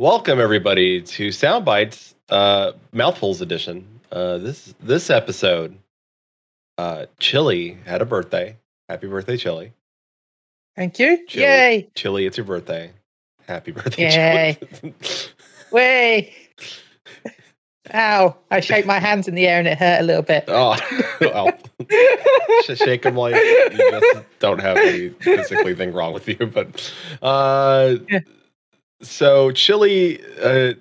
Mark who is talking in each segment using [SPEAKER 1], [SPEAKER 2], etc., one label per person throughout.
[SPEAKER 1] Welcome everybody to Soundbites uh, Mouthfuls Edition. Uh, this this episode, uh, Chili had a birthday. Happy birthday, Chili!
[SPEAKER 2] Thank you.
[SPEAKER 1] Chili.
[SPEAKER 2] Yay.
[SPEAKER 1] Chili, it's your birthday. Happy birthday,
[SPEAKER 2] Yay.
[SPEAKER 1] Chili!
[SPEAKER 2] Way. Ow. I shake my hands in the air and it hurt a little bit.
[SPEAKER 1] oh, well, sh- shake them like you just don't have any physically thing wrong with you. But uh,
[SPEAKER 2] Yeah.
[SPEAKER 1] so Chili uh,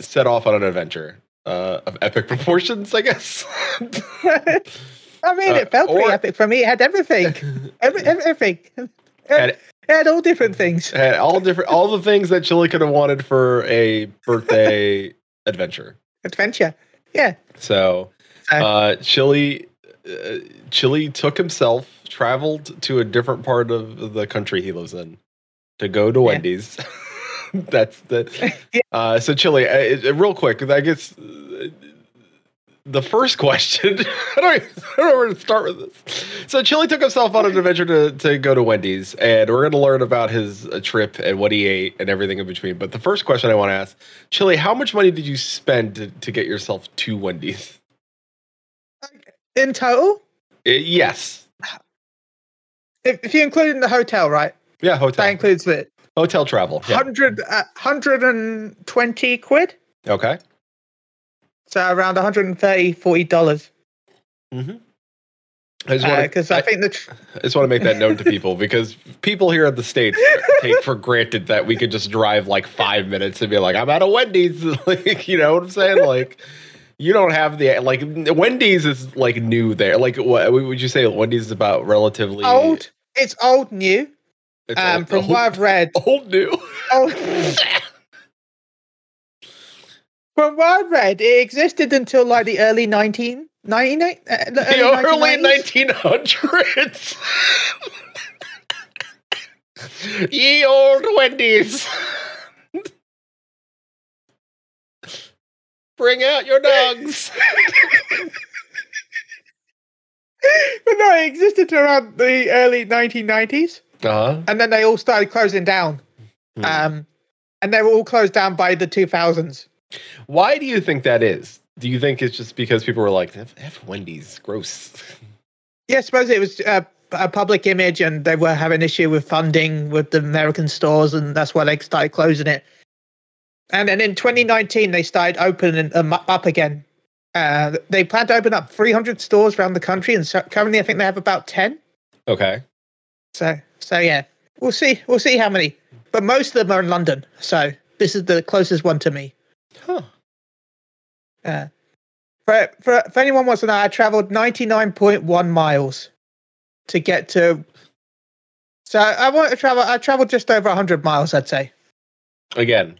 [SPEAKER 1] set off on an adventure uh, of epic proportions, I guess.
[SPEAKER 2] I mean,
[SPEAKER 1] Uh,
[SPEAKER 2] it felt pretty
[SPEAKER 1] or-
[SPEAKER 2] epic for me. It had everything. Every, ev- everything. It
[SPEAKER 1] Had-
[SPEAKER 2] had, all different things.
[SPEAKER 1] had all different all the things that Chili could have wanted for a birthday adventure.
[SPEAKER 2] Adventure. Yeah.
[SPEAKER 1] So,
[SPEAKER 2] Okay.
[SPEAKER 1] uh, Chili, uh, Chili took himself, traveled to a different part of the country he lives in to go to Wendy's. That's the.
[SPEAKER 2] Yeah.
[SPEAKER 1] Uh, so, Chili, uh, it- it- real quick, I guess uh, the first question. I, don't, even- I don't know where to start with this. So, Chili took himself on an adventure to, to go to Wendy's, and we're going to learn about his uh, trip and what he ate and everything in between. But the first question I want to ask Chili, how much money did you spend to, to get yourself to Wendy's?
[SPEAKER 2] In total,
[SPEAKER 1] Uh, yes.
[SPEAKER 2] if, if you include in the hotel, right?
[SPEAKER 1] Yeah, hotel.
[SPEAKER 2] That includes it.
[SPEAKER 1] Hotel travel. Yeah.
[SPEAKER 2] 100, uh, 120 quid.
[SPEAKER 1] Okay.
[SPEAKER 2] So around 130, 40 dollars.
[SPEAKER 1] Mm-hmm. I just, want
[SPEAKER 2] Because
[SPEAKER 1] to, I,
[SPEAKER 2] Uh, I think the tr-
[SPEAKER 1] I just want to make that known to people because people here in the States take for granted that we could just drive like five minutes and be like, I'm out of Wendy's. like, you know what I'm saying? Like, you don't have the, like, Wendy's is like new there. Like, what would you say Wendy's is about relatively
[SPEAKER 2] old, it's old new.
[SPEAKER 1] It's
[SPEAKER 2] Um,
[SPEAKER 1] old,
[SPEAKER 2] from
[SPEAKER 1] old-
[SPEAKER 2] what I've read,
[SPEAKER 1] old new.
[SPEAKER 2] old, From what I read, it existed until like the early 19, 99, uh, the
[SPEAKER 1] the early
[SPEAKER 2] early 1990s.
[SPEAKER 1] 1900s. Ye old Wendy's. Bring out your dogs.
[SPEAKER 2] But no, it existed around the early 1990s.
[SPEAKER 1] Uh-huh.
[SPEAKER 2] And then they all started closing down.
[SPEAKER 1] Hmm.
[SPEAKER 2] Um, and they were all closed down by the 2000s.
[SPEAKER 1] Why do you think that is? Do you think it's just because people were like, F, F Wendy's, gross?
[SPEAKER 2] Yeah, I suppose it was uh, a public image and they were having issue with funding with the American stores and that's why they started closing it. And then in 2019, they started opening them up again. Uh, they plan to open up 300 stores around the country and so currently I think they have about 10.
[SPEAKER 1] Okay.
[SPEAKER 2] So so yeah, we'll see we'll see how many. But most of them are in London, so this is the closest one to me.
[SPEAKER 1] Huh.
[SPEAKER 2] Uh, for for if anyone wants to know, I travelled ninety nine point one miles to get to. So I want to travel. I travelled just over hundred miles, I'd say.
[SPEAKER 1] Again,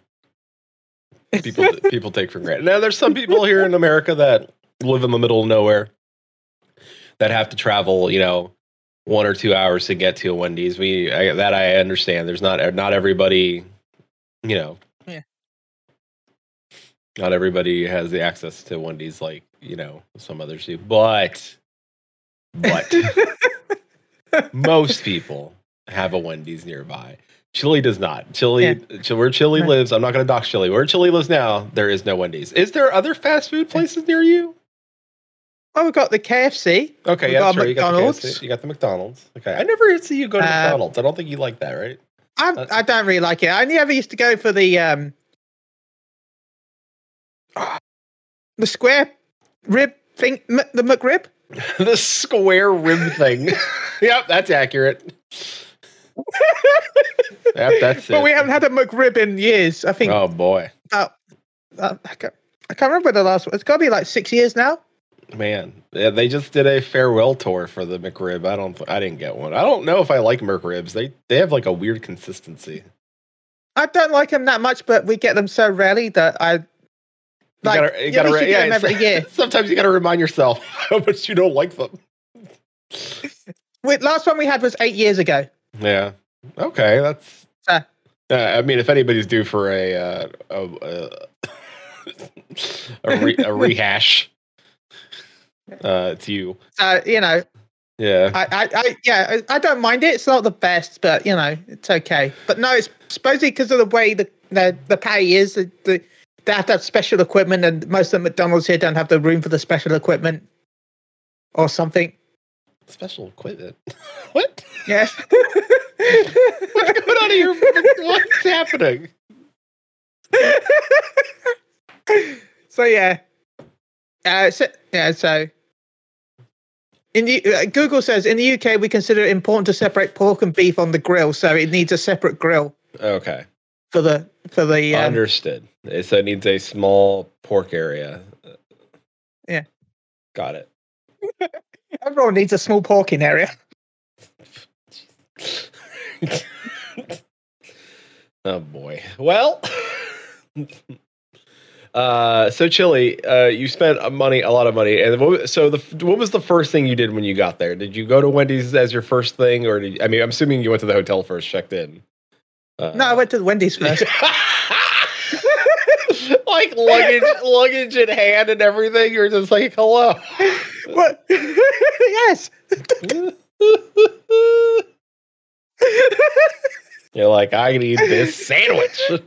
[SPEAKER 1] people people take for granted. Now, there's some people here in America that live in the middle of nowhere that have to travel, you know, one or two hours to get to a Wendy's. We I, that I understand. There's not not everybody, you know,
[SPEAKER 2] Yeah.
[SPEAKER 1] Not everybody has the access to Wendy's like you know some others do, but but most people have a Wendy's nearby. Chile does not. Chile, Chi- where Chile
[SPEAKER 2] Right.
[SPEAKER 1] lives, I'm not going to dox Chile. Where Chile lives now, there is no Wendy's. Is there other fast food places near you?
[SPEAKER 2] well, Oh, we've got the KFC.
[SPEAKER 1] Okay,
[SPEAKER 2] We
[SPEAKER 1] yeah,
[SPEAKER 2] got
[SPEAKER 1] that's right. You got, the
[SPEAKER 2] McDonald's.
[SPEAKER 1] KFC, you got the McDonald's. Okay, I never see you go to
[SPEAKER 2] Uh,
[SPEAKER 1] McDonald's. I don't think you like that, right?
[SPEAKER 2] I I don't really like it. I only ever used to go for the um the square rib thing, m- the McRib.
[SPEAKER 1] the square rim thing. yep, that's accurate. yep, that's
[SPEAKER 2] But
[SPEAKER 1] it.
[SPEAKER 2] we haven't had a McRib in years. I think
[SPEAKER 1] oh boy,
[SPEAKER 2] uh, I, can't, I can't remember the last one. It's got to be like six years now.
[SPEAKER 1] man, yeah, they just did a farewell tour for the McRib. I don't, I didn't get one. I don't know if I like McRibs. They they have like a weird consistency.
[SPEAKER 2] I don't like them that much, but we get them so rarely that I
[SPEAKER 1] You
[SPEAKER 2] like.
[SPEAKER 1] gotta- you
[SPEAKER 2] at
[SPEAKER 1] gotta
[SPEAKER 2] least
[SPEAKER 1] re-
[SPEAKER 2] you get
[SPEAKER 1] yeah,
[SPEAKER 2] them
[SPEAKER 1] it's-
[SPEAKER 2] every year.
[SPEAKER 1] Sometimes you got to remind yourself how much you don't like them.
[SPEAKER 2] We, last one we had was eight years ago.
[SPEAKER 1] Yeah. Okay, that's.
[SPEAKER 2] Uh.
[SPEAKER 1] Uh, I mean, if anybody's due for a uh, a a, a, re- a rehash, uh, it's you.
[SPEAKER 2] So you know,
[SPEAKER 1] Yeah.
[SPEAKER 2] I, I, I yeah, I I don't mind it. It's not the best, but you know, it's okay. But no, it's supposedly because of the way the the, the pay is, the, the, they have to have special equipment, and most of the McDonald's here don't have the room for the special equipment or something.
[SPEAKER 1] Special equipment. what?
[SPEAKER 2] Yes.
[SPEAKER 1] What's going on here? What's happening?
[SPEAKER 2] so yeah, uh, so, yeah. So in the, uh, Google says in the UK we consider it important to separate pork and beef on the grill, so it needs a separate grill
[SPEAKER 1] Okay.
[SPEAKER 2] for the for the um,
[SPEAKER 1] Understood. Eh, So it needs a small pork area.
[SPEAKER 2] Yeah.
[SPEAKER 1] Got it.
[SPEAKER 2] everyone needs a small porking area.
[SPEAKER 1] oh boy. Well, uh, so Chili, uh, you spent a money, a lot of money, and what, wa- so the what was the first thing you did when you got there? Did you go to Wendy's as your first thing, or did I mean, I'm assuming you went to the hotel first, checked in. Uh,
[SPEAKER 2] No, I went to the Wendy's first.
[SPEAKER 1] like luggage, luggage in hand and everything. You're just like, hello.
[SPEAKER 2] what? yes.
[SPEAKER 1] You're like, I can eat this sandwich.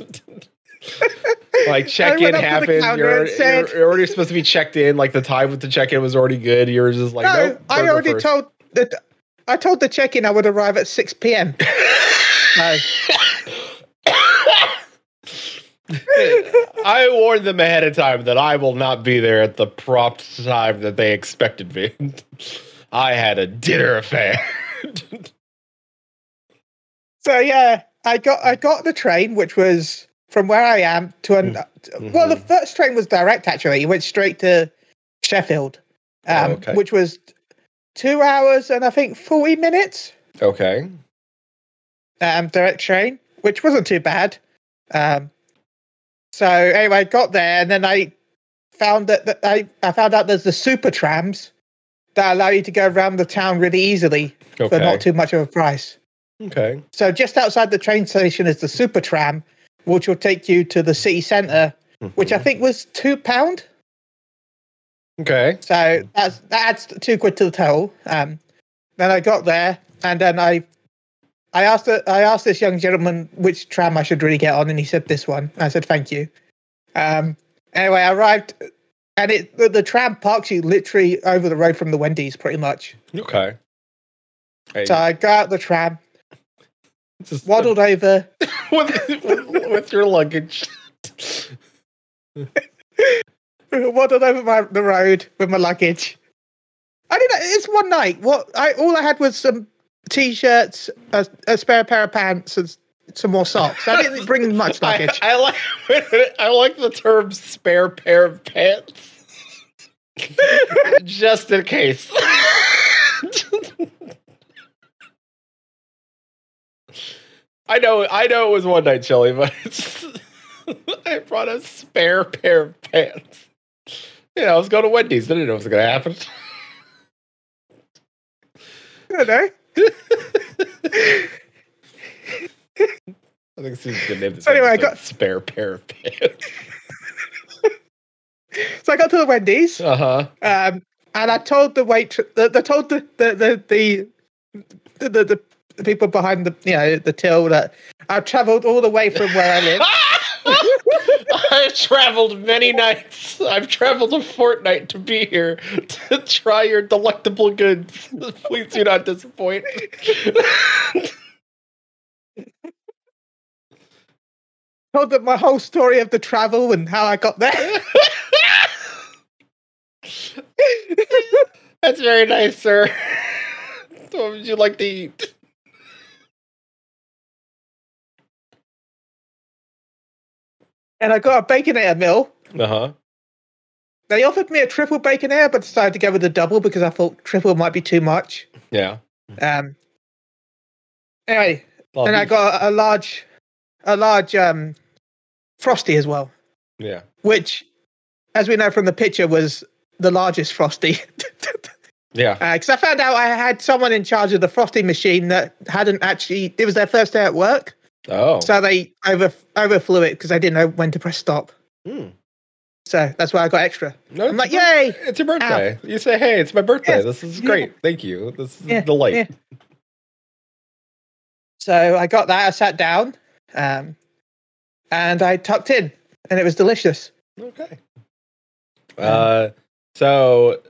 [SPEAKER 1] like check in
[SPEAKER 2] went up to the
[SPEAKER 1] happened. You're,
[SPEAKER 2] counter and
[SPEAKER 1] already-
[SPEAKER 2] said-
[SPEAKER 1] you're already supposed to be checked in. Like the time with the check in was already good. You were just like,
[SPEAKER 2] no,
[SPEAKER 1] nope,
[SPEAKER 2] I
[SPEAKER 1] burger
[SPEAKER 2] already
[SPEAKER 1] first.
[SPEAKER 2] told that. I told the check-in I would arrive at six p.m. no.
[SPEAKER 1] I warned them ahead of time that I will not be there at the prompt time that they expected me. I had a dinner affair.
[SPEAKER 2] So yeah, I got I got the train, which was from where I am to an.
[SPEAKER 1] Hmm. Mm-hmm.
[SPEAKER 2] Well, the first train was direct actually. It went straight to Sheffield, um,
[SPEAKER 1] Oh, okay.
[SPEAKER 2] which was two hours and I think forty minutes
[SPEAKER 1] okay.
[SPEAKER 2] um, direct train, which wasn't too bad. Um, so anyway, I got there and then I found that, that I I found out there's the super trams that allow you to go around the town really easily for
[SPEAKER 1] Okay.
[SPEAKER 2] not too much of a price.
[SPEAKER 1] okay.
[SPEAKER 2] So just outside the train station is the super tram, which will take you to the city centre, which I think was two pound.
[SPEAKER 1] Okay.
[SPEAKER 2] So that's that adds two quid to the toll. Um, then I got there, and then I, I asked the- I asked this young gentleman which tram I should really get on, and he said this one. I said thank you. Um, anyway, I arrived, and it the, the tram parks you literally over the road from the Wendy's, pretty much.
[SPEAKER 1] Okay. Hey,
[SPEAKER 2] So I got out the tram,
[SPEAKER 1] just-
[SPEAKER 2] waddled over.
[SPEAKER 1] with, with, with your luggage.
[SPEAKER 2] wandered over my, the road with my luggage. I didn't. It's one night. What I all I had was some t-shirts, a, a spare pair of pants, and s- some more socks. I didn't bring much
[SPEAKER 1] I,
[SPEAKER 2] luggage.
[SPEAKER 1] I like I like the term spare pair of pants. Just in case. I know I know it was one night chili, but it's, I brought a spare pair of pants. You know, I was going to Wendy's. I didn't know it was going to happen.
[SPEAKER 2] I don't know.
[SPEAKER 1] I think Susan's going to name this
[SPEAKER 2] Anyway, I
[SPEAKER 1] episode
[SPEAKER 2] got-
[SPEAKER 1] spare pair of pants.
[SPEAKER 2] So I got to the Wendy's, um,
[SPEAKER 1] Uh huh.
[SPEAKER 2] and I told the wait. The, the told the the the the, the, the the people behind the you know the till that I've travelled all the way from where I live.
[SPEAKER 1] I've traveled many nights. I've traveled a fortnight to be here to try your delectable goods. Please do not disappoint.
[SPEAKER 2] told them my whole story of the travel and how I got there.
[SPEAKER 1] That's very nice, sir. What would you like to eat?
[SPEAKER 2] and I got a baconator meal.
[SPEAKER 1] Uh huh.
[SPEAKER 2] They offered me a triple bacon air, but decided to go with a double because I thought triple might be too much.
[SPEAKER 1] Yeah.
[SPEAKER 2] Um, anyway,
[SPEAKER 1] Oh,
[SPEAKER 2] and I got a, a large, a large um, frosty as well,
[SPEAKER 1] Yeah.
[SPEAKER 2] which, as we know from the picture, was the largest frosty.
[SPEAKER 1] Yeah.
[SPEAKER 2] Because I found out I had someone in charge of the frosty machine that hadn't actually. It was their first day at work,
[SPEAKER 1] Oh.
[SPEAKER 2] so they over overflew it because they didn't know when to press stop.
[SPEAKER 1] Hmm.
[SPEAKER 2] So that's why I got extra.
[SPEAKER 1] No,
[SPEAKER 2] I'm like,
[SPEAKER 1] your bir-
[SPEAKER 2] yay!
[SPEAKER 1] It's your birthday. You say, hey, it's my birthday.
[SPEAKER 2] Yes.
[SPEAKER 1] This is
[SPEAKER 2] Yeah.
[SPEAKER 1] great. Thank you. This is
[SPEAKER 2] Yeah.
[SPEAKER 1] a delight.
[SPEAKER 2] Yeah. So I got that. I sat down, um, and I tucked in, and it was delicious.
[SPEAKER 1] Okay. Uh, so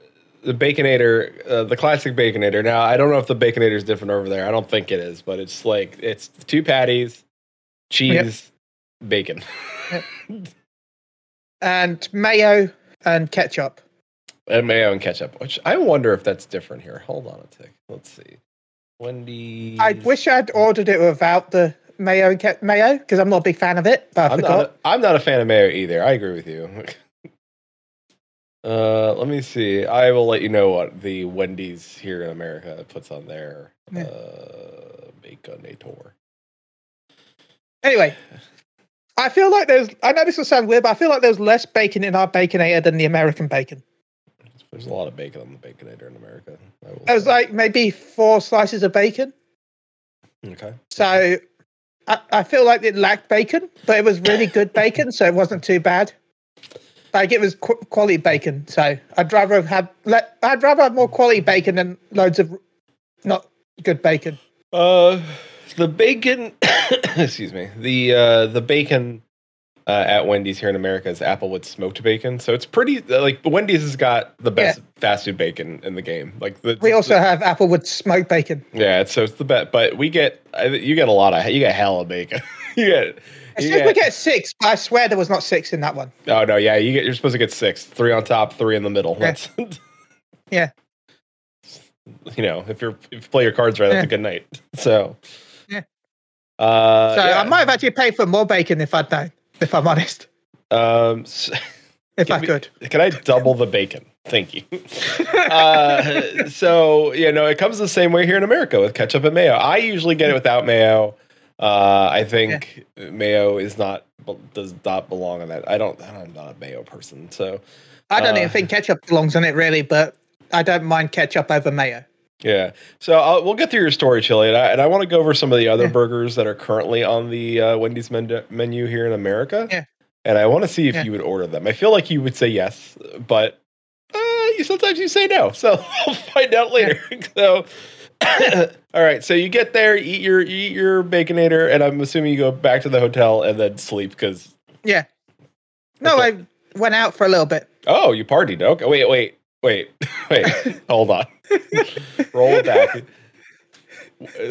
[SPEAKER 1] the Baconator, uh, the classic Baconator. Now I don't know if the Baconator is different over there. I don't think it is, but it's like it's two patties, cheese, bacon.
[SPEAKER 2] And mayo and ketchup.
[SPEAKER 1] and mayo and ketchup, which I wonder if that's different here. Hold on a tick. Let's see. Wendy's.
[SPEAKER 2] I wish I'd ordered it without the mayo and ke- mayo because I'm not a big fan of it. But I
[SPEAKER 1] I'm
[SPEAKER 2] forgot.
[SPEAKER 1] not. A, I'm not a fan of mayo either. I agree with you. uh, let me see. I will let you know what the Wendy's here in America puts on their
[SPEAKER 2] Yeah.
[SPEAKER 1] uh, baconator.
[SPEAKER 2] Anyway, I feel like there's. I know this will sound weird, but I feel like there's less bacon in our baconator than the American bacon.
[SPEAKER 1] There's a lot of bacon on the baconator in America. I will
[SPEAKER 2] There was
[SPEAKER 1] say.
[SPEAKER 2] like maybe four slices of bacon,
[SPEAKER 1] okay.
[SPEAKER 2] so I, I feel like it lacked bacon, but it was really good bacon, so it wasn't too bad. Like it was qu- quality bacon, so I'd rather have had. Let, I'd rather have more quality bacon than loads of not good bacon.
[SPEAKER 1] Uh, the bacon. excuse me. The uh, the bacon uh, at Wendy's here in America is Applewood smoked bacon. So it's pretty like Wendy's has got the best fast food bacon in the game. Like the,
[SPEAKER 2] We
[SPEAKER 1] the-
[SPEAKER 2] also have applewood smoked bacon.
[SPEAKER 1] Yeah, it's- so it's the bet, but we get I think you get a lot of you get hella bacon. you get,
[SPEAKER 2] It
[SPEAKER 1] you
[SPEAKER 2] says we
[SPEAKER 1] get-
[SPEAKER 2] get six, but I swear there was not six in that one.
[SPEAKER 1] oh no, yeah, you get you're supposed to get six, three on top, three in the middle.
[SPEAKER 2] Yeah.
[SPEAKER 1] That's
[SPEAKER 2] Yeah.
[SPEAKER 1] You know, if you're if you play your cards right, that's
[SPEAKER 2] Yeah.
[SPEAKER 1] a good night. So,
[SPEAKER 2] Yeah.
[SPEAKER 1] Uh,
[SPEAKER 2] So
[SPEAKER 1] yeah.
[SPEAKER 2] I might have actually paid for more bacon if I'd known, if I'm honest,
[SPEAKER 1] Um, s
[SPEAKER 2] if
[SPEAKER 1] Give
[SPEAKER 2] I
[SPEAKER 1] me-
[SPEAKER 2] could.
[SPEAKER 1] Can I double the bacon? Thank you. uh, so you know, it comes the same way here in America with ketchup and mayo. I usually get it without mayo. Uh, I think mayo is not be- does not belong on that. I don't. I'm not a mayo person, so
[SPEAKER 2] I don't
[SPEAKER 1] Uh,
[SPEAKER 2] even think ketchup belongs on it really, but I don't mind ketchup over mayo.
[SPEAKER 1] yeah. So I'll, we'll get through your story, Chili, and I, and I want to go over some of the other
[SPEAKER 2] Yeah.
[SPEAKER 1] burgers that are currently on the uh, Wendy's menu, menu here in America.
[SPEAKER 2] Yeah.
[SPEAKER 1] And I want to see if
[SPEAKER 2] Yeah.
[SPEAKER 1] you would order them. I feel like you would say yes, but uh, you sometimes you say no. So I'll find out later. so. All right, so you get there, you eat your you eat your baconator, and I'm assuming you go back to the hotel and then sleep because
[SPEAKER 2] Yeah. No,
[SPEAKER 1] Okay.
[SPEAKER 2] I went out for a little bit.
[SPEAKER 1] oh, you partied. Okay, wait, wait, wait, wait. Hold on, roll it back.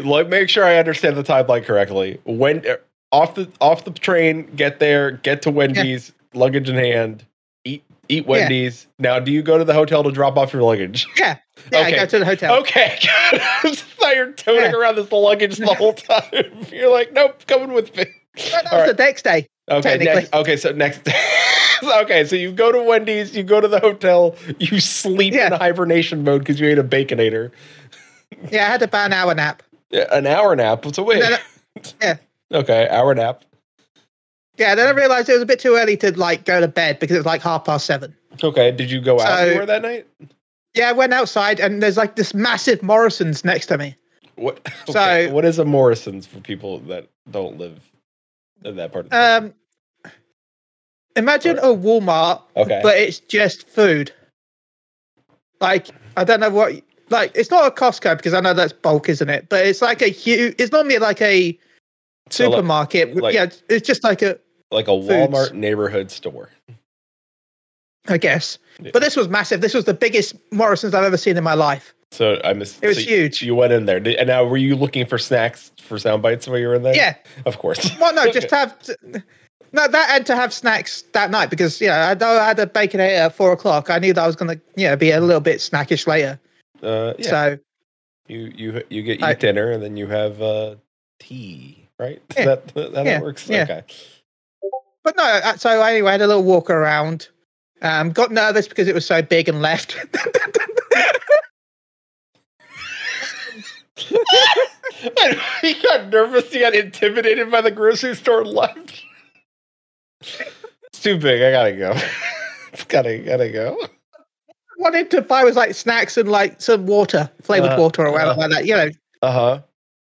[SPEAKER 1] Let make sure I understand the timeline correctly. When er, off the off the train, get there, get to Wendy's, luggage in hand, eat eat Wendy's. Now, do you go to the hotel to drop off your luggage?
[SPEAKER 2] Yeah. Yeah,
[SPEAKER 1] Okay.
[SPEAKER 2] I go to the hotel.
[SPEAKER 1] Okay, God, I just thought you were toting
[SPEAKER 2] Yeah.
[SPEAKER 1] around this luggage the whole time. You're like, nope, coming with me.
[SPEAKER 2] But that
[SPEAKER 1] all
[SPEAKER 2] was
[SPEAKER 1] right.
[SPEAKER 2] the next day.
[SPEAKER 1] Okay,
[SPEAKER 2] Technically.
[SPEAKER 1] next, okay, so next. okay, so you go to Wendy's, you go to the hotel, you sleep in
[SPEAKER 2] Yeah.
[SPEAKER 1] hibernation mode because you ate a baconator.
[SPEAKER 2] Yeah, I had about an hour nap.
[SPEAKER 1] Yeah, An hour nap. So wait.
[SPEAKER 2] No, no. Yeah.
[SPEAKER 1] Okay, hour nap.
[SPEAKER 2] Yeah, then I realized it was a bit too early to like go to bed because it was like half past seven.
[SPEAKER 1] Okay, did you go out
[SPEAKER 2] So-
[SPEAKER 1] anywhere that night?
[SPEAKER 2] Yeah, I went outside and there's like this massive Morrison's next to me.
[SPEAKER 1] What?
[SPEAKER 2] So-
[SPEAKER 1] okay, what is a Morrison's for people that don't live in that part of the country?
[SPEAKER 2] Um, imagine a Walmart,
[SPEAKER 1] Okay.
[SPEAKER 2] but it's just food. Like I don't know what, like it's not a Costco because I know that's bulk, isn't it? But it's like a huge. It's normally like a
[SPEAKER 1] So, like-
[SPEAKER 2] supermarket. with-
[SPEAKER 1] like-
[SPEAKER 2] yeah, it's just like a,
[SPEAKER 1] Like a
[SPEAKER 2] foods.
[SPEAKER 1] Walmart neighborhood store.
[SPEAKER 2] I guess.
[SPEAKER 1] Yeah.
[SPEAKER 2] But this was massive. This was the biggest Morrison's I've ever seen in my life.
[SPEAKER 1] So I missed.
[SPEAKER 2] It was
[SPEAKER 1] so
[SPEAKER 2] huge.
[SPEAKER 1] You went in there, Did- and now were you looking for snacks for sound bites while you were in there?
[SPEAKER 2] Yeah.
[SPEAKER 1] of course.
[SPEAKER 2] Well, no, just to have. no, that and to have snacks that night because you know I, know I had a baconator at four o'clock. I knew that I was gonna you know be a little bit snackish later.
[SPEAKER 1] Uh, yeah.
[SPEAKER 2] So
[SPEAKER 1] you you you get you
[SPEAKER 2] I-
[SPEAKER 1] dinner, and then you have uh, tea, right? Is
[SPEAKER 2] Yeah.
[SPEAKER 1] that that how
[SPEAKER 2] Yeah.
[SPEAKER 1] it works.
[SPEAKER 2] Yeah.
[SPEAKER 1] Okay.
[SPEAKER 2] But no, uh, so anyway, I had a little walk around. Um, got nervous because it was so big and left.
[SPEAKER 1] he got nervous. He got intimidated by the grocery store and left. it's too big. I gotta go. it's gotta gotta go.
[SPEAKER 2] Wanted to buy was like snacks and like some water, flavored
[SPEAKER 1] Uh,
[SPEAKER 2] water or whatever
[SPEAKER 1] uh.
[SPEAKER 2] like that. You know,
[SPEAKER 1] Uh huh.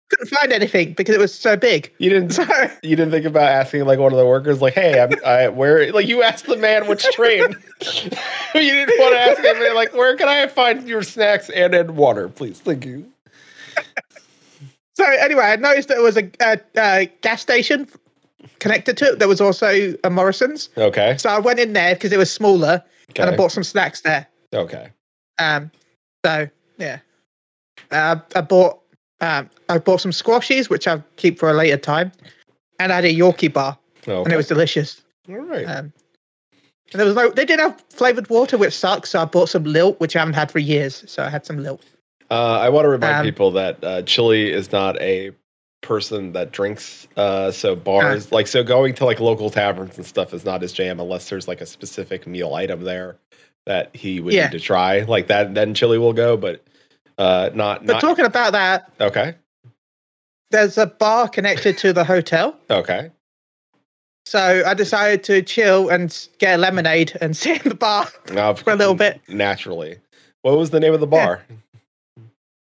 [SPEAKER 2] couldn't find anything because it was so big.
[SPEAKER 1] You didn't.
[SPEAKER 2] So
[SPEAKER 1] You didn't think about asking like one of the workers, like, "Hey, I'm, I where?" Like you asked the man which train. you didn't want to ask him like, "Where can I find your snacks and and water, please? Thank you."
[SPEAKER 2] so anyway, I noticed there was a, a, a gas station connected to it. There was also a Morrison's.
[SPEAKER 1] Okay.
[SPEAKER 2] So I went in there because it was smaller, and I
[SPEAKER 1] Okay.
[SPEAKER 2] bought some snacks there.
[SPEAKER 1] Okay.
[SPEAKER 2] Um, so yeah, uh, I bought um, I bought some squashies, which I'll keep for a later time, and I had a Yorkie bar, and
[SPEAKER 1] Okay.
[SPEAKER 2] it was delicious.
[SPEAKER 1] All right.
[SPEAKER 2] Um, and there was no, they did have flavored water, which sucks. So I bought some lilt, which I haven't had for years. So I had some lilt.
[SPEAKER 1] Uh, I want to remind
[SPEAKER 2] Um,
[SPEAKER 1] people that uh, Chili is not a person that drinks. Uh, so bars, like, so going to like local taverns and stuff is not his jam unless there's like a specific meal item there that he would
[SPEAKER 2] Yeah.
[SPEAKER 1] need to try. Like that, then Chili will go, but uh, not
[SPEAKER 2] But
[SPEAKER 1] not
[SPEAKER 2] talking about that,
[SPEAKER 1] okay.
[SPEAKER 2] there's a bar connected to the hotel.
[SPEAKER 1] Okay.
[SPEAKER 2] So I decided to chill and s- get a lemonade and sit in the bar.
[SPEAKER 1] Now,
[SPEAKER 2] For a little bit.
[SPEAKER 1] naturally. What was the name of the bar?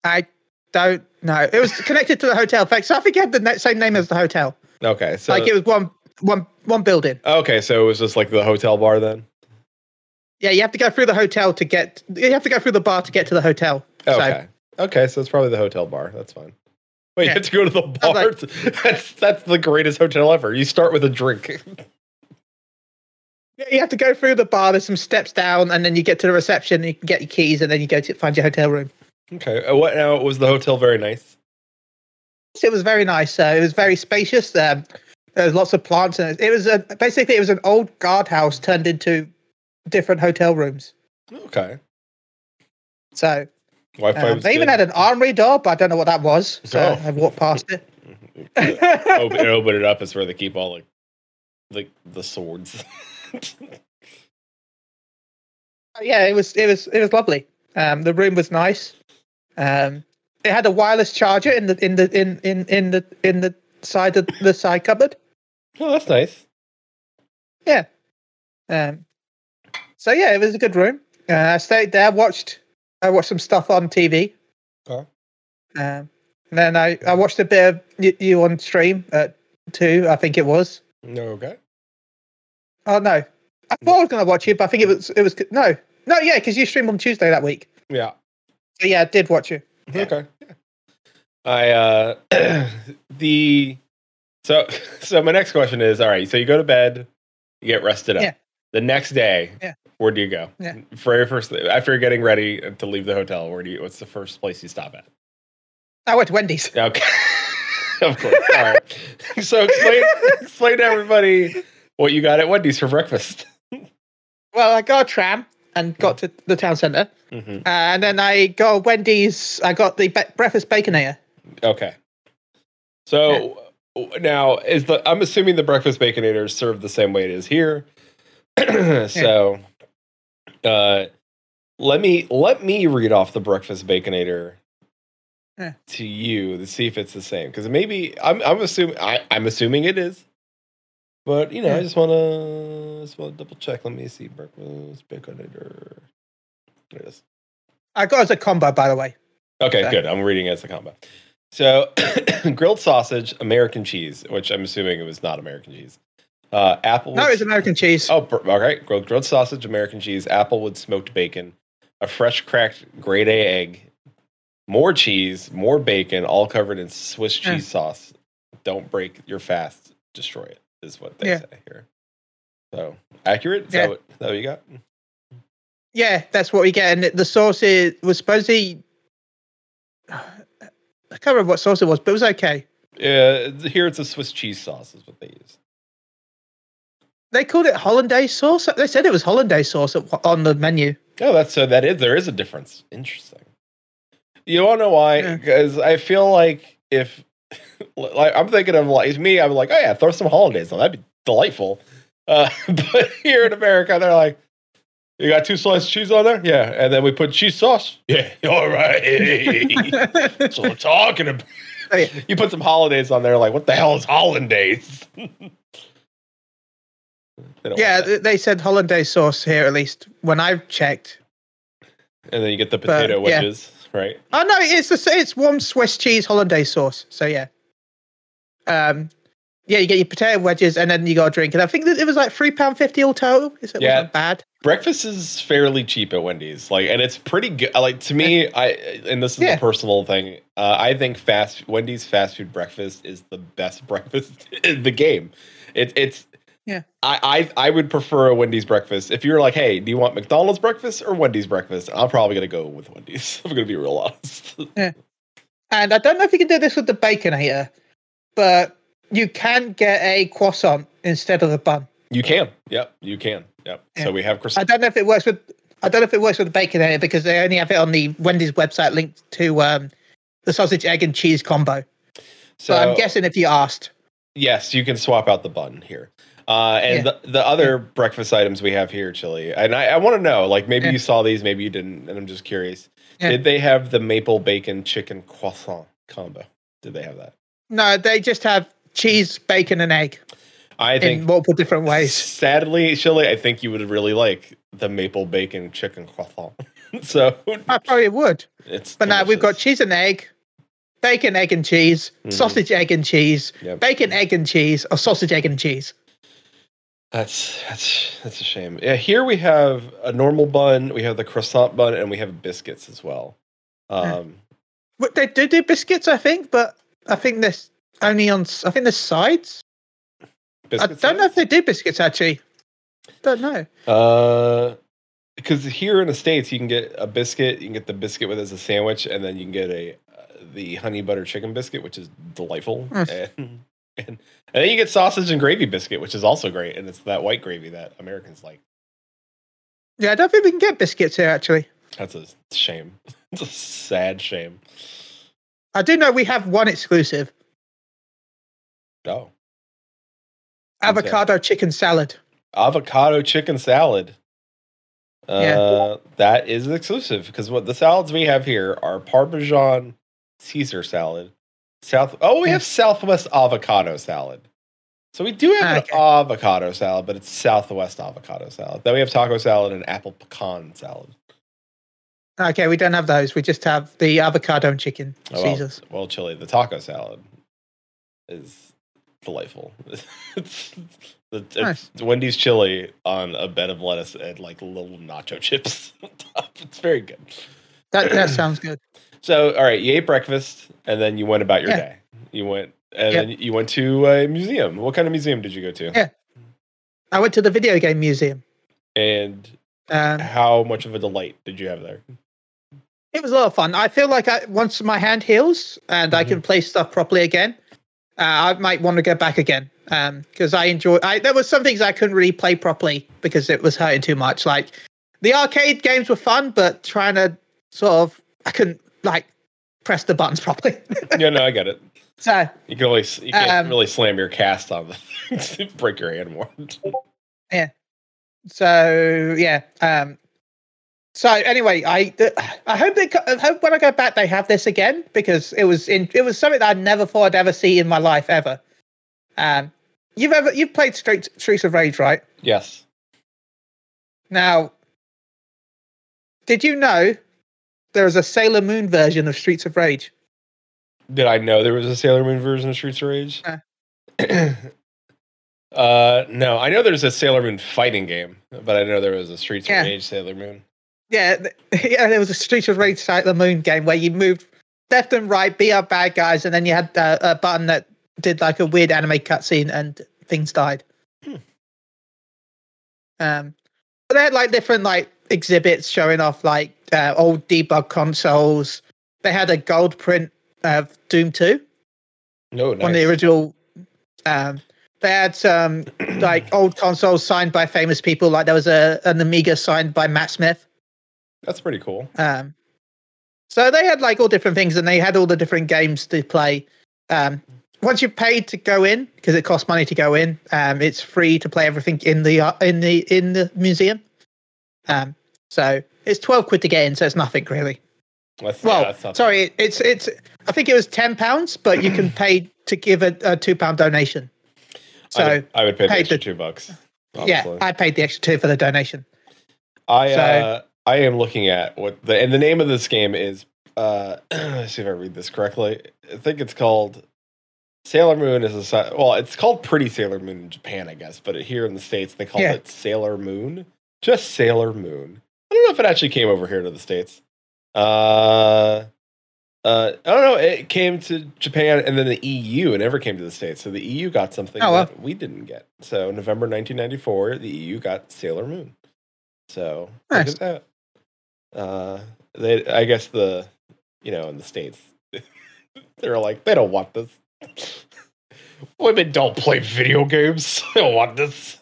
[SPEAKER 2] I don't know. It was connected to the hotel. In fact, so I think it had the na- same name as the hotel.
[SPEAKER 1] Okay, so
[SPEAKER 2] like it was one one one building.
[SPEAKER 1] okay, so it was just like the hotel bar then.
[SPEAKER 2] Yeah, you have to go through the hotel to get. You have to go through the bar to get to the hotel.
[SPEAKER 1] Okay. okay, so it's probably the hotel bar. That's fine. Wait, you
[SPEAKER 2] Yeah.
[SPEAKER 1] have to go to the bar.
[SPEAKER 2] like-
[SPEAKER 1] that's that's the greatest hotel ever. You start with a drink.
[SPEAKER 2] So you have to go through the bar. There's some steps down, and then you get to the reception. And you can get your keys, and then you go to find your hotel room.
[SPEAKER 1] Okay. uh, What now was the hotel very nice?
[SPEAKER 2] So it was very nice. Uh, it was very spacious. Um, there was lots of plants, and it, it was a, basically it was an old guardhouse turned into different hotel rooms.
[SPEAKER 1] Okay.
[SPEAKER 2] So
[SPEAKER 1] Wi-Fi.
[SPEAKER 2] um,
[SPEAKER 1] was
[SPEAKER 2] they even
[SPEAKER 1] good.
[SPEAKER 2] had an armory door, but I don't know what that was. So
[SPEAKER 1] Oh.
[SPEAKER 2] I walked past it.
[SPEAKER 1] open, it opened it up. Is where they keep all like the the swords.
[SPEAKER 2] yeah, it was it was it was lovely. Um, the room was nice. Um, it had a wireless charger in the in the in in in the in the side of the side cupboard.
[SPEAKER 1] oh, that's nice.
[SPEAKER 2] Um, so yeah, it was a good room. Uh, I stayed there, watched I watched some stuff on TV.
[SPEAKER 1] Okay.
[SPEAKER 2] Um, and then I I watched a bit of you, you on stream at two, I think it was.
[SPEAKER 1] No, okay.
[SPEAKER 2] Oh no, I thought I was going to watch you, but I think it was it was no no yeah because you streamed on Tuesday that week.
[SPEAKER 1] Yeah.
[SPEAKER 2] So yeah, I did watch you. Yeah.
[SPEAKER 1] Okay. I uh the so so my next question is all right, so you go to bed, you get rested up.
[SPEAKER 2] Yeah.
[SPEAKER 1] The next day,
[SPEAKER 2] Yeah.
[SPEAKER 1] where do you go?
[SPEAKER 2] Yeah.
[SPEAKER 1] For your first after you're getting ready to leave the hotel, where do you what's the first place you stop at?
[SPEAKER 2] I went to Wendy's.
[SPEAKER 1] Okay. of course. All right. so explain explain to everybody what you got at Wendy's for breakfast.
[SPEAKER 2] Well, I got a tram and got to the town centre,
[SPEAKER 1] hmm
[SPEAKER 2] uh, and then I got a Wendy's. I got the be- breakfast baconator.
[SPEAKER 1] Okay. So uh, w- now is the I'm assuming the breakfast baconator is served the same way it is here. so uh let me let me read off the breakfast baconator
[SPEAKER 2] Yeah.
[SPEAKER 1] to you to see if it's the same cuz maybe I'm I'm assuming I I'm assuming it is. But you know, I
[SPEAKER 2] Yeah.
[SPEAKER 1] just want to just want to double check. Let me see breakfast baconator. There it is.
[SPEAKER 2] I got it as a combo, by the way.
[SPEAKER 1] Okay,
[SPEAKER 2] Okay.
[SPEAKER 1] good. I'm reading it as a combo. So, grilled sausage, American cheese, which I'm assuming it was not American cheese. Uh, apple.
[SPEAKER 2] No, it's American cheese.
[SPEAKER 1] Oh, per- all right. Grilled, grilled sausage, American cheese, applewood smoked bacon, a fresh cracked grade A egg, more cheese, more bacon, all covered in Swiss
[SPEAKER 2] Yeah.
[SPEAKER 1] cheese sauce. Don't break your fast, destroy it, is what they
[SPEAKER 2] Yeah.
[SPEAKER 1] say here. So, accurate? Is
[SPEAKER 2] Yeah.
[SPEAKER 1] that, what, is that what you got?
[SPEAKER 2] Yeah, that's what we get. And the sauce is, was supposedly. I can't remember what sauce it was, but it was okay.
[SPEAKER 1] Uh, here it's a Swiss cheese sauce, is what they use.
[SPEAKER 2] They called it hollandaise sauce. They said it was hollandaise sauce at- on the menu.
[SPEAKER 1] Oh, that's so that is there is a difference. Interesting. You want to know why?
[SPEAKER 2] Yeah.
[SPEAKER 1] Because I feel like if like I'm thinking of like it's me, I'm like, oh yeah, throw some holidays on that'd be delightful. Uh, but here in America, they're like, you got two slices of cheese on there, yeah, and then we put cheese sauce. Yeah, all right. That's what we're talking about.
[SPEAKER 2] Oh, yeah.
[SPEAKER 1] You put some holidays on there, like what the hell is hollandaise? They don't want
[SPEAKER 2] yeah,
[SPEAKER 1] that.
[SPEAKER 2] th- they said hollandaise sauce here, at least when I've checked.
[SPEAKER 1] and then you get the
[SPEAKER 2] But,
[SPEAKER 1] potato
[SPEAKER 2] yeah.
[SPEAKER 1] wedges. right?
[SPEAKER 2] Oh no, it's the it's warm Swiss cheese hollandaise sauce. So yeah, um, yeah, you get your potato wedges and then you got a drink, and I think that it was like three pound fifty all total. So it
[SPEAKER 1] Yeah.
[SPEAKER 2] wasn't bad.
[SPEAKER 1] breakfast is fairly cheap at Wendy's. Like, and it's pretty good. Like to me, I and this is
[SPEAKER 2] Yeah.
[SPEAKER 1] a personal thing. Uh, I think fast Wendy's fast food breakfast is the best breakfast in the game. It, it's
[SPEAKER 2] Yeah.
[SPEAKER 1] I, I I would prefer a Wendy's breakfast. If you're like, hey, do you want McDonald's breakfast or Wendy's breakfast? I'm probably gonna go with Wendy's. I'm gonna be real honest.
[SPEAKER 2] And I don't know if you can do this with the baconator, but you can get a croissant instead of a bun.
[SPEAKER 1] you can. Yep. You can. Yep.
[SPEAKER 2] Yeah.
[SPEAKER 1] So we have Chris.
[SPEAKER 2] I don't know if it works with I don't know if it works with the baconator because they only have it on the Wendy's website linked to um, the sausage, egg, and cheese combo.
[SPEAKER 1] So
[SPEAKER 2] So I'm guessing if you asked,
[SPEAKER 1] Yes, you can swap out the bun here. Uh, and
[SPEAKER 2] Yeah.
[SPEAKER 1] the, the other breakfast items we have here, chili. And I, I want to know, like, maybe
[SPEAKER 2] Yeah.
[SPEAKER 1] you saw these, maybe you didn't, and I'm just curious.
[SPEAKER 2] Yeah.
[SPEAKER 1] Did they have the maple bacon chicken croissant combo? Did they have that?
[SPEAKER 2] no, they just have cheese, bacon, and egg
[SPEAKER 1] I
[SPEAKER 2] in
[SPEAKER 1] think,
[SPEAKER 2] multiple different ways.
[SPEAKER 1] sadly, chili, I think you would really like the maple bacon chicken croissant. so
[SPEAKER 2] I probably would,
[SPEAKER 1] it's.
[SPEAKER 2] but now we've got
[SPEAKER 1] delicious.
[SPEAKER 2] cheese and egg, bacon, egg, and cheese,
[SPEAKER 1] Mhm.
[SPEAKER 2] sausage, egg, and cheese,
[SPEAKER 1] Yep.
[SPEAKER 2] bacon, egg, and cheese, or sausage, egg, and cheese.
[SPEAKER 1] That's that's that's a shame. Yeah, here we have a normal bun, we have the croissant bun, and we have biscuits as well.
[SPEAKER 2] Yeah.
[SPEAKER 1] Um,
[SPEAKER 2] Well, They do do biscuits, I think, but I think this only on s- I think the sides. I
[SPEAKER 1] biscuits
[SPEAKER 2] don't know
[SPEAKER 1] yes?
[SPEAKER 2] if they do biscuits actually. Don't know.
[SPEAKER 1] Uh, because here in the states, you can get a biscuit. You can get the biscuit with it as a sandwich, and then you can get a uh, the honey butter chicken biscuit, which is delightful.
[SPEAKER 2] Mm.
[SPEAKER 1] And, and and then you get sausage and gravy biscuit, which is also great. And it's that white gravy that Americans like.
[SPEAKER 2] Yeah, I don't think we can get biscuits here actually.
[SPEAKER 1] That's a shame. It's a sad shame.
[SPEAKER 2] I do know we have one exclusive
[SPEAKER 1] Oh, What's that?
[SPEAKER 2] avocado chicken salad.
[SPEAKER 1] avocado chicken salad. Uh, that is exclusive because what the salads we have here are Parmesan Caesar salad, South. Oh, we
[SPEAKER 2] Yeah.
[SPEAKER 1] have Southwest avocado salad. So we do have
[SPEAKER 2] Hmm. Ah,
[SPEAKER 1] an
[SPEAKER 2] okay.
[SPEAKER 1] avocado salad, but it's Southwest avocado salad. Then we have taco salad and apple pecan salad.
[SPEAKER 2] Okay, we don't have those. We just have the avocado and chicken
[SPEAKER 1] Oh, well,
[SPEAKER 2] Caesars.
[SPEAKER 1] well, chili. The taco salad is delightful. it's, it's,
[SPEAKER 2] Nice.
[SPEAKER 1] it's Wendy's chili on a bed of lettuce and like little nacho chips on top. It's very good.
[SPEAKER 2] That that sounds good.
[SPEAKER 1] So, all right, you ate breakfast and then you went about your
[SPEAKER 2] Yeah.
[SPEAKER 1] day. You went and
[SPEAKER 2] Yeah.
[SPEAKER 1] then you went to a museum. What kind of museum did you go to?
[SPEAKER 2] Yeah. I went to the video game museum.
[SPEAKER 1] And
[SPEAKER 2] Um,
[SPEAKER 1] how much of a delight did you have there?
[SPEAKER 2] it was a lot of fun. I feel like I, once my hand heals and I can play stuff properly again, uh, I might want to go back again because I enjoy. I there was some things I couldn't really play properly because it was hurting too much. Like the arcade games were fun, but trying to sort of I couldn't like press the buttons properly.
[SPEAKER 1] yeah, no, I get it.
[SPEAKER 2] so
[SPEAKER 1] You can only you can't
[SPEAKER 2] Um,
[SPEAKER 1] really slam your cast on the things to break your hand more.
[SPEAKER 2] so yeah. Um, so anyway, I th- I hope they co- I hope when I go back they have this again because it was in it was something that I never thought I'd ever see in my life ever. Um, you've ever you've played Streets Streets of Rage, right?
[SPEAKER 1] yes.
[SPEAKER 2] Now, did you know there is a Sailor Moon version of Streets of Rage?
[SPEAKER 1] Did I know there was a Sailor Moon version of Streets of Rage?
[SPEAKER 2] Uh.
[SPEAKER 1] uh, no, I know there's a Sailor Moon fighting game, but I know there was a Streets
[SPEAKER 2] Yeah.
[SPEAKER 1] of Rage Sailor Moon.
[SPEAKER 2] Yeah, th- yeah, there was a Streets of Rage Sailor Moon game where you moved left and right, beat up bad guys, and then you had uh, a button that did like a weird anime cutscene and things died.
[SPEAKER 1] Hmm.
[SPEAKER 2] Um, but they had like different like exhibits showing off like uh, old debug consoles. They had a gold print of Doom Two.
[SPEAKER 1] No,
[SPEAKER 2] on the
[SPEAKER 1] Oh, nice.
[SPEAKER 2] original. Um, they had some like old consoles signed by famous people. Like there was a an Amiga signed by Matt Smith.
[SPEAKER 1] That's pretty cool.
[SPEAKER 2] Um, so they had like all different things, and they had all the different games to play. Um, once you've paid to go in, because it costs money to go in, um, it's free to play everything in the uh, in the in the museum. Um, so it's twelve quid to get in, so it's nothing really.
[SPEAKER 1] That's, yeah,
[SPEAKER 2] Well,
[SPEAKER 1] that's not-
[SPEAKER 2] sorry, it- it's it's. I think it was ten pounds, but you can pay to give a, a two pound donation. So
[SPEAKER 1] I would, I would pay the
[SPEAKER 2] paid
[SPEAKER 1] extra
[SPEAKER 2] the-
[SPEAKER 1] two bucks.
[SPEAKER 2] yeah,
[SPEAKER 1] honestly.
[SPEAKER 2] I paid the extra two for the donation.
[SPEAKER 1] I
[SPEAKER 2] so-
[SPEAKER 1] uh, I am looking at what the and the name of this game is Uh, let's see if I read this correctly. I think it's called Sailor Moon is a si- well, it's called Pretty Sailor Moon in Japan, I guess, but here in the states they call
[SPEAKER 2] Yeah.
[SPEAKER 1] it Sailor Moon. Just Sailor Moon. I don't know if it actually came over here to the states. Uh, uh, I don't know. It came to Japan and then the EU. It never came to the states, so the EU got something
[SPEAKER 2] Oh, well.
[SPEAKER 1] that we didn't get. So November 1994, the EU got Sailor Moon. So
[SPEAKER 2] Nice.
[SPEAKER 1] look at that. Uh, they, I guess the you know in the states they're like they don't want this. Women don't play video games. They don't want this.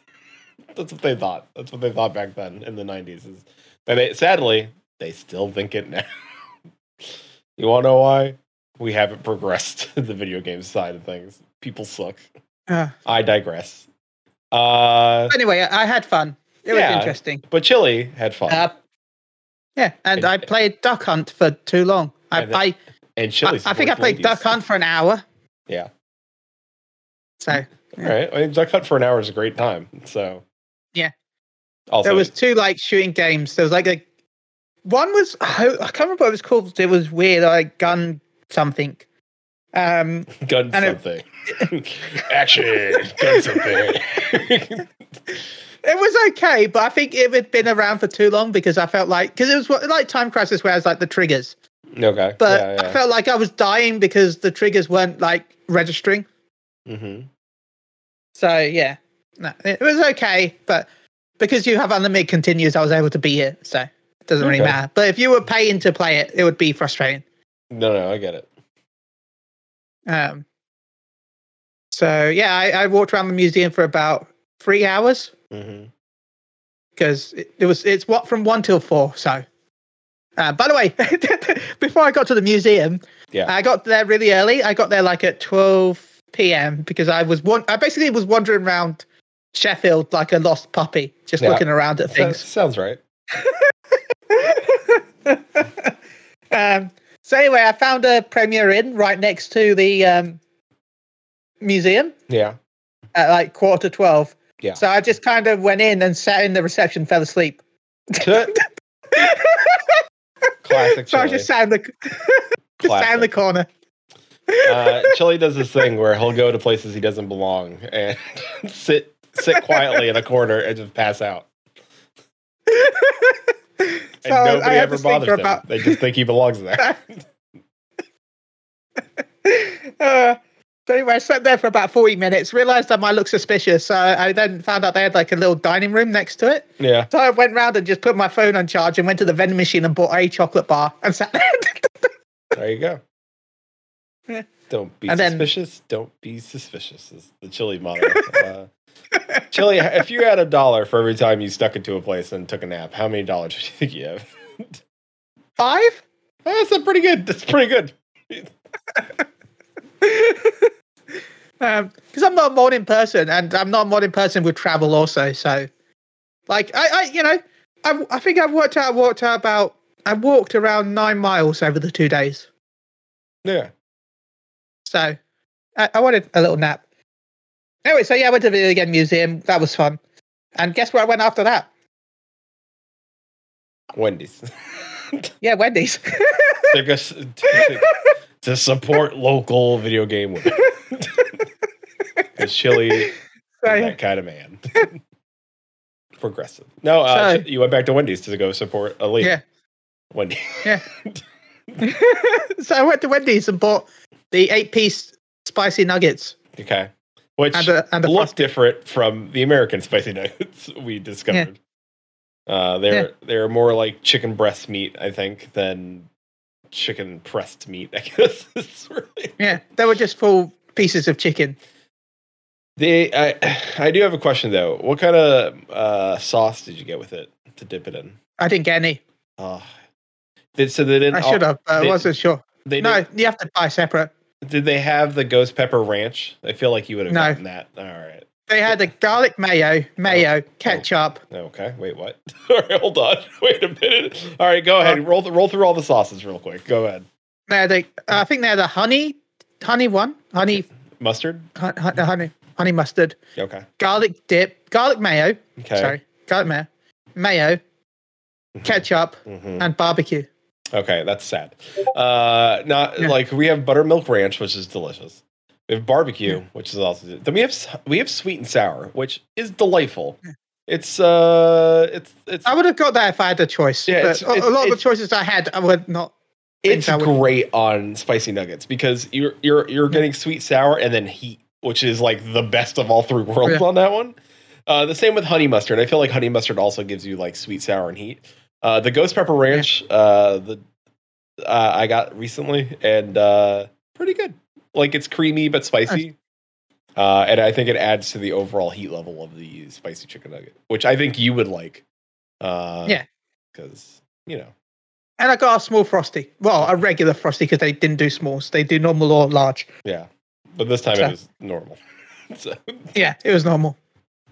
[SPEAKER 1] That's what they thought. That's what they thought back then in the nineties. Is and they, sadly they still think it now. you want to know why? We haven't progressed in the video game side of things. People suck.
[SPEAKER 2] Uh,
[SPEAKER 1] I digress. Uh,
[SPEAKER 2] anyway, I I had fun. It was
[SPEAKER 1] Yeah.
[SPEAKER 2] interesting.
[SPEAKER 1] but Chili had fun,
[SPEAKER 2] Uh, yeah,
[SPEAKER 1] And-
[SPEAKER 2] and I played Duck Hunt for too long. I,
[SPEAKER 1] And-
[SPEAKER 2] I,
[SPEAKER 1] and
[SPEAKER 2] I,
[SPEAKER 1] Chili.
[SPEAKER 2] I think I played Duck Hunt for an hour.
[SPEAKER 1] Yeah.
[SPEAKER 2] So
[SPEAKER 1] All right, I mean, Duck Hunt for an hour is a great time. So
[SPEAKER 2] Yeah.
[SPEAKER 1] Also,
[SPEAKER 2] there was two like shooting games. There was like a one was I can't remember what it was called. It was weird, like gun something. Um,
[SPEAKER 1] gun
[SPEAKER 2] and it-
[SPEAKER 1] something. Action, gun something.
[SPEAKER 2] it was okay, but I think it had been around for too long because I felt like because it was what- like Time Crisis, where I was like the triggers,
[SPEAKER 1] okay,
[SPEAKER 2] but
[SPEAKER 1] yeah,
[SPEAKER 2] I felt like I was dying because the triggers weren't like registering.
[SPEAKER 1] yeah. Mhm.
[SPEAKER 2] So yeah, no, it was okay, but because you have unlimited continues, I was able to be it, so it doesn't really
[SPEAKER 1] Okay.
[SPEAKER 2] matter. But if you were paying to play it, it would be frustrating.
[SPEAKER 1] No, no, I get it.
[SPEAKER 2] Um, so yeah, I, I walked around the museum for about three hours
[SPEAKER 1] hmm
[SPEAKER 2] because it, it was it's what from one till four. So, uh, by the way, before I got to the museum,
[SPEAKER 1] Yeah.
[SPEAKER 2] I got there really early. I got there like at twelve p.m. because I was one. I basically was wandering around Sheffield like a lost puppy, just
[SPEAKER 1] Yeah.
[SPEAKER 2] looking around at
[SPEAKER 1] So,
[SPEAKER 2] things.
[SPEAKER 1] sounds right.
[SPEAKER 2] um, so anyway, I found a Premier Inn right next to the um, museum
[SPEAKER 1] Yeah.
[SPEAKER 2] at like quarter to twelve.
[SPEAKER 1] Yeah.
[SPEAKER 2] So I just kind of went in and sat in the reception, fell asleep.
[SPEAKER 1] Classic
[SPEAKER 2] so I
[SPEAKER 1] Chili.
[SPEAKER 2] just sat in the just sat in the
[SPEAKER 1] Classic.
[SPEAKER 2] corner.
[SPEAKER 1] Uh, Chili does this thing where he'll go to places he doesn't belong and sit sit quietly in a corner and just pass out. And
[SPEAKER 2] So I- I
[SPEAKER 1] nobody
[SPEAKER 2] had
[SPEAKER 1] ever
[SPEAKER 2] this thing for
[SPEAKER 1] bothers him.
[SPEAKER 2] about-
[SPEAKER 1] They just think he belongs there.
[SPEAKER 2] Uh, so anyway, I sat there for about forty minutes. Realised I might look suspicious, so I then found out they had like a little dining room next to it.
[SPEAKER 1] yeah.
[SPEAKER 2] So I went round and just put my phone on charge and went to the vending machine and bought a chocolate bar and sat there.
[SPEAKER 1] There you go.
[SPEAKER 2] Yeah.
[SPEAKER 1] Don't be
[SPEAKER 2] And then-
[SPEAKER 1] suspicious. Don't be suspicious is the Chili model. uh, Chili, if you had a dollar for every time you stuck into a place and took a nap, how many dollars would you think you have?
[SPEAKER 2] Five?
[SPEAKER 1] Oh, that's a pretty good. That's pretty good.
[SPEAKER 2] because Um, I'm not a modern person, and I'm not a modern person with travel also. So, like, I, I you know, I, I think I've worked out, walked out about, I walked around nine miles over the two days.
[SPEAKER 1] Yeah.
[SPEAKER 2] So, I, I wanted a little nap. Anyway, so yeah, I went to the video game museum. That was fun. And guess where I went after that?
[SPEAKER 1] Wendy's.
[SPEAKER 2] Yeah, Wendy's.
[SPEAKER 1] They're gonna s- uh, to, to support local video game women. Because Chili is
[SPEAKER 2] So, yeah.
[SPEAKER 1] that kind of man. Progressive. No, uh,
[SPEAKER 2] So-
[SPEAKER 1] you went back to Wendy's to go support a league.
[SPEAKER 2] Yeah.
[SPEAKER 1] Wendy.
[SPEAKER 2] so I went to Wendy's and bought the eight-piece spicy nuggets
[SPEAKER 1] Okay. Which
[SPEAKER 2] and a, and a
[SPEAKER 1] look
[SPEAKER 2] frosty.
[SPEAKER 1] different from the American spicy nuggets we discovered. Uh, they're they're more like chicken breast meat, I think, than chicken pressed meat. I guess it's really
[SPEAKER 2] Yeah, they were just full pieces of chicken.
[SPEAKER 1] they. I I do have a question though. What kind of uh, sauce did you get with it to dip it in?
[SPEAKER 2] I didn't get any.
[SPEAKER 1] Uh, did, so they didn't.
[SPEAKER 2] I should have, but I
[SPEAKER 1] they-
[SPEAKER 2] wasn't sure.
[SPEAKER 1] They
[SPEAKER 2] No,
[SPEAKER 1] didn't-
[SPEAKER 2] you have to buy separate.
[SPEAKER 1] Did they have the ghost pepper ranch? I feel like you would have
[SPEAKER 2] No.
[SPEAKER 1] gotten that. All right.
[SPEAKER 2] They had the garlic mayo, mayo, ketchup.
[SPEAKER 1] Okay. Wait. What? All right. Hold on. Wait a minute. All right. Go
[SPEAKER 2] Uh,
[SPEAKER 1] ahead. Roll. Th- roll through all the sauces real quick. Go ahead.
[SPEAKER 2] They had the, I think they had a honey, honey one, honey,
[SPEAKER 1] Mustard.
[SPEAKER 2] hun- hun- honey, honey mustard,
[SPEAKER 1] Okay.
[SPEAKER 2] garlic dip, garlic mayo.
[SPEAKER 1] Okay.
[SPEAKER 2] Sorry, garlic mayo, mayo, ketchup,
[SPEAKER 1] hmm
[SPEAKER 2] and barbecue.
[SPEAKER 1] Okay, that's sad. Uh, not
[SPEAKER 2] Yeah.
[SPEAKER 1] like we have buttermilk ranch, which is delicious. We have barbecue, which is also then we have s- we have sweet and sour, which is delightful. It's uh, it's it's
[SPEAKER 2] I would have got that if I had a choice.
[SPEAKER 1] Yeah,
[SPEAKER 2] but
[SPEAKER 1] it's-
[SPEAKER 2] a-
[SPEAKER 1] it's-
[SPEAKER 2] a lot of the
[SPEAKER 1] it's-
[SPEAKER 2] choices I had, I would not.
[SPEAKER 1] it's
[SPEAKER 2] I would-
[SPEAKER 1] great on spicy nuggets because you're you're you're getting sweet sour and then heat, which is like the best of all three worlds
[SPEAKER 2] Yeah.
[SPEAKER 1] on that one. Uh, the same with honey mustard. I feel like honey mustard also gives you like sweet sour and heat. Uh, the ghost pepper ranch, uh, the uh, I got recently and uh, pretty good. Like it's creamy but spicy. Uh, and I think it adds to the overall heat level of the spicy chicken nugget, which I think you would like. Uh,
[SPEAKER 2] Yeah.
[SPEAKER 1] because you know,
[SPEAKER 2] And I got a small frosty. Well, a regular frosty because they didn't do smalls. They do normal or large.
[SPEAKER 1] Yeah, but this time
[SPEAKER 2] So-
[SPEAKER 1] it was normal. so,
[SPEAKER 2] Yeah, it was normal.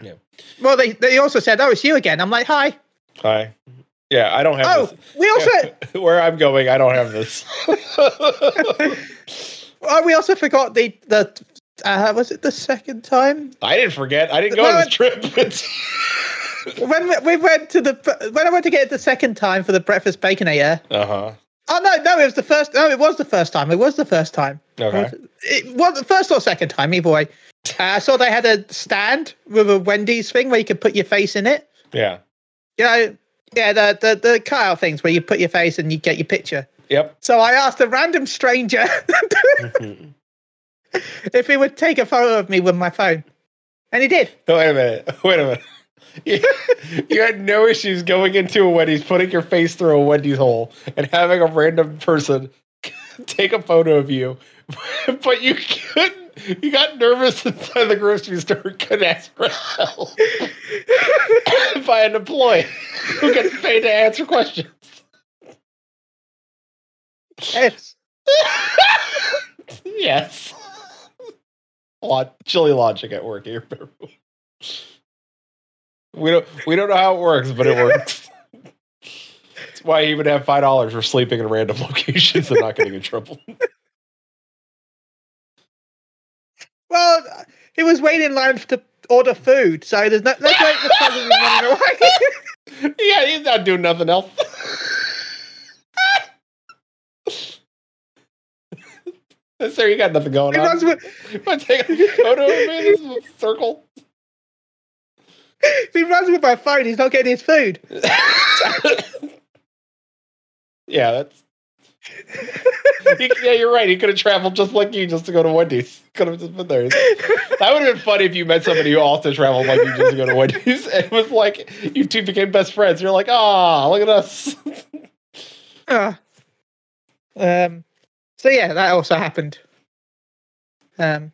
[SPEAKER 1] Yeah.
[SPEAKER 2] Well, they, they also said, "Oh, it's you again." I'm like, "Hi."
[SPEAKER 1] hi. Yeah, I don't have
[SPEAKER 2] Oh, we also
[SPEAKER 1] this. Where I'm going, I don't have this.
[SPEAKER 2] oh, we also forgot the the uh, was it the second time
[SPEAKER 1] I didn't forget. I didn't go on
[SPEAKER 2] No,
[SPEAKER 1] this trip. It's-
[SPEAKER 2] when we, we went to the when I went to get it the second time for the breakfast baconator.
[SPEAKER 1] uh huh.
[SPEAKER 2] Oh no, no, it was the first. No, it was the first time. It was the first time.
[SPEAKER 1] Okay.
[SPEAKER 2] It was the first or second time, either way. Uh, I saw they had a stand with a Wendy's thing where you could put your face in it.
[SPEAKER 1] Yeah.
[SPEAKER 2] You know, yeah, the the the cutout things where you put your face and you get your picture.
[SPEAKER 1] Yep.
[SPEAKER 2] So I asked a random stranger
[SPEAKER 1] no,
[SPEAKER 2] if he would take a photo of me with my phone, and he did.
[SPEAKER 1] wait a minute. Wait a minute. You, you had no issues going into a Wendy's, putting your face through a Wendy's hole, and having a random person take a photo of you, but you couldn't. You got nervous inside the grocery store, could ask for help. by an employee who gets paid to answer questions.
[SPEAKER 2] Yes.
[SPEAKER 1] yes. Lot chilly logic at work here. We don't we don't know how it works, but it works. That's why he would have five dollars for sleeping in random locations and not getting in trouble.
[SPEAKER 2] Well, he was waiting in line to order food, so there's no let's wait for someone running away.
[SPEAKER 1] yeah, he's not doing nothing else. Sir, you got nothing going
[SPEAKER 2] He
[SPEAKER 1] on.
[SPEAKER 2] runs with,
[SPEAKER 1] You want to take a photo of me in this circle?
[SPEAKER 2] if he runs with my phone, he's not getting his food.
[SPEAKER 1] yeah, that's. You- yeah, you're right. He could have traveled just like you just to go to Wendy's. Could have just been there. That would have been funny if you met somebody who also traveled like you just to go to Wendy's. And it was like you two became best friends. You're like, ah, look at us.
[SPEAKER 2] Uh, um, so yeah, that also happened. Um,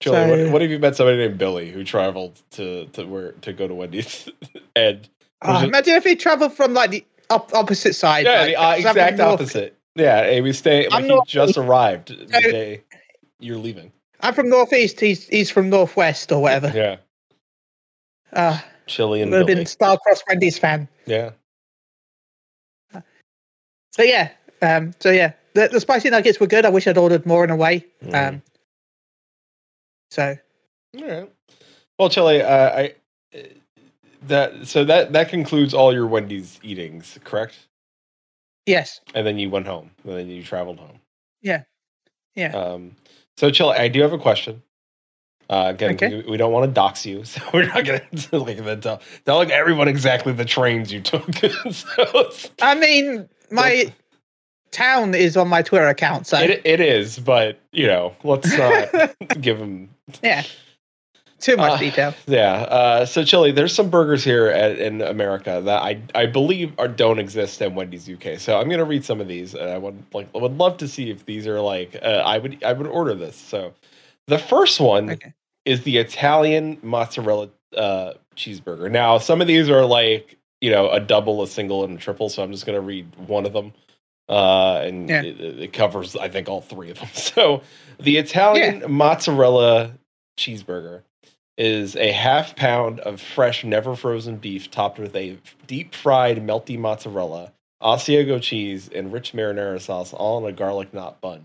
[SPEAKER 1] Julie,
[SPEAKER 2] So-
[SPEAKER 1] what, what if you met somebody named Billy who traveled to, to where to go to Wendy's? and Was
[SPEAKER 2] oh,
[SPEAKER 1] it-
[SPEAKER 2] imagine if he travelled from like the op- opposite side.
[SPEAKER 1] yeah,
[SPEAKER 2] like,
[SPEAKER 1] the uh,
[SPEAKER 2] 'cause I'm
[SPEAKER 1] exact
[SPEAKER 2] in North-
[SPEAKER 1] opposite. Yeah, and we stay. Like,
[SPEAKER 2] I'm
[SPEAKER 1] he
[SPEAKER 2] not-
[SPEAKER 1] just arrived the
[SPEAKER 2] So-
[SPEAKER 1] day you're leaving.
[SPEAKER 2] I'm from northeast. He's he's from northwest or whatever.
[SPEAKER 1] Yeah,
[SPEAKER 2] Uh,
[SPEAKER 1] Chili and
[SPEAKER 2] would have
[SPEAKER 1] Billy.
[SPEAKER 2] been Starcross Wendy's fan.
[SPEAKER 1] Yeah.
[SPEAKER 2] So yeah, um, so yeah, the, the spicy nuggets were good. I wish I'd ordered more in a way.
[SPEAKER 1] Mm.
[SPEAKER 2] Um, so
[SPEAKER 1] All right. Well, Chili, uh, I uh, that so that that concludes all your Wendy's eatings, correct?
[SPEAKER 2] yes,
[SPEAKER 1] And then you went home. And then you traveled home.
[SPEAKER 2] Yeah. Yeah.
[SPEAKER 1] Um, so, Chili, I do have a question. Uh, again,
[SPEAKER 2] Okay.
[SPEAKER 1] we, we don't want to dox you, so we're not going to like then tell tell like everyone exactly the trains you took. so it's-
[SPEAKER 2] I mean my town is on my Twitter account. So
[SPEAKER 1] it, it is, but you know, let's not give them
[SPEAKER 2] yeah, too much
[SPEAKER 1] Uh,
[SPEAKER 2] detail.
[SPEAKER 1] Yeah. Uh, so, Chili, there's some burgers here at, in America that I, I believe are don't exist in Wendy's UK. So I'm gonna read some of these, and I would like I would love to see if these are like uh, I would I would order this. So, the first one
[SPEAKER 2] Okay.
[SPEAKER 1] is the Italian mozzarella uh, cheeseburger. Now, some of these are like you know a double, a single, and a triple. So I'm just gonna read one of them, uh, and
[SPEAKER 2] Yeah.
[SPEAKER 1] it, it covers I think all three of them. So the Italian mozzarella cheeseburger is a half pound of fresh, never frozen beef topped with a deep fried melty mozzarella, Asiago cheese, and rich marinara sauce, all in a garlic knot bun.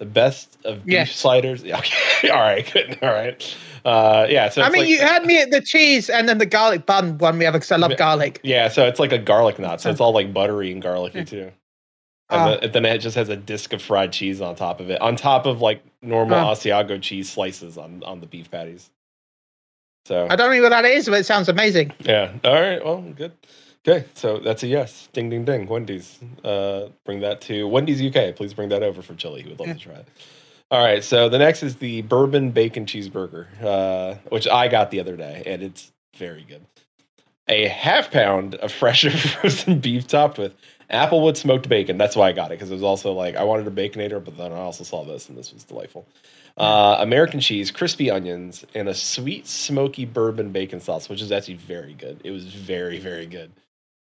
[SPEAKER 1] The best of beef
[SPEAKER 2] Yes.
[SPEAKER 1] sliders. Yeah, okay. all right, good, all right. Uh, yeah, so
[SPEAKER 2] I
[SPEAKER 1] it's
[SPEAKER 2] mean,
[SPEAKER 1] like-
[SPEAKER 2] you had me at the cheese and then the garlic bun one we have because I love
[SPEAKER 1] Yeah.
[SPEAKER 2] garlic.
[SPEAKER 1] yeah, so it's like a garlic knot, so it's all like buttery and garlicky too. And
[SPEAKER 2] Mm. Ah.
[SPEAKER 1] the- then it just has a disc of fried cheese on top of it, on top of like normal
[SPEAKER 2] Ah.
[SPEAKER 1] Asiago cheese slices on on the beef patties. So
[SPEAKER 2] I don't know what that is, but it sounds amazing.
[SPEAKER 1] Yeah. All right. Well, good. Okay. So that's a yes. Ding, ding, ding. Wendy's. Uh, bring that to Wendy's UK. Please bring that over for Chili. He would love to try it. All right. So the next is the bourbon bacon cheeseburger, uh, which I got the other day, and it's very good. A half pound of fresh and frozen beef topped with applewood smoked bacon. That's why I got it because it was also like I wanted a baconator, but then I also saw this, and this was delightful. Uh, American cheese, crispy onions, and a sweet smoky bourbon bacon sauce, which is actually very good. It was very very good.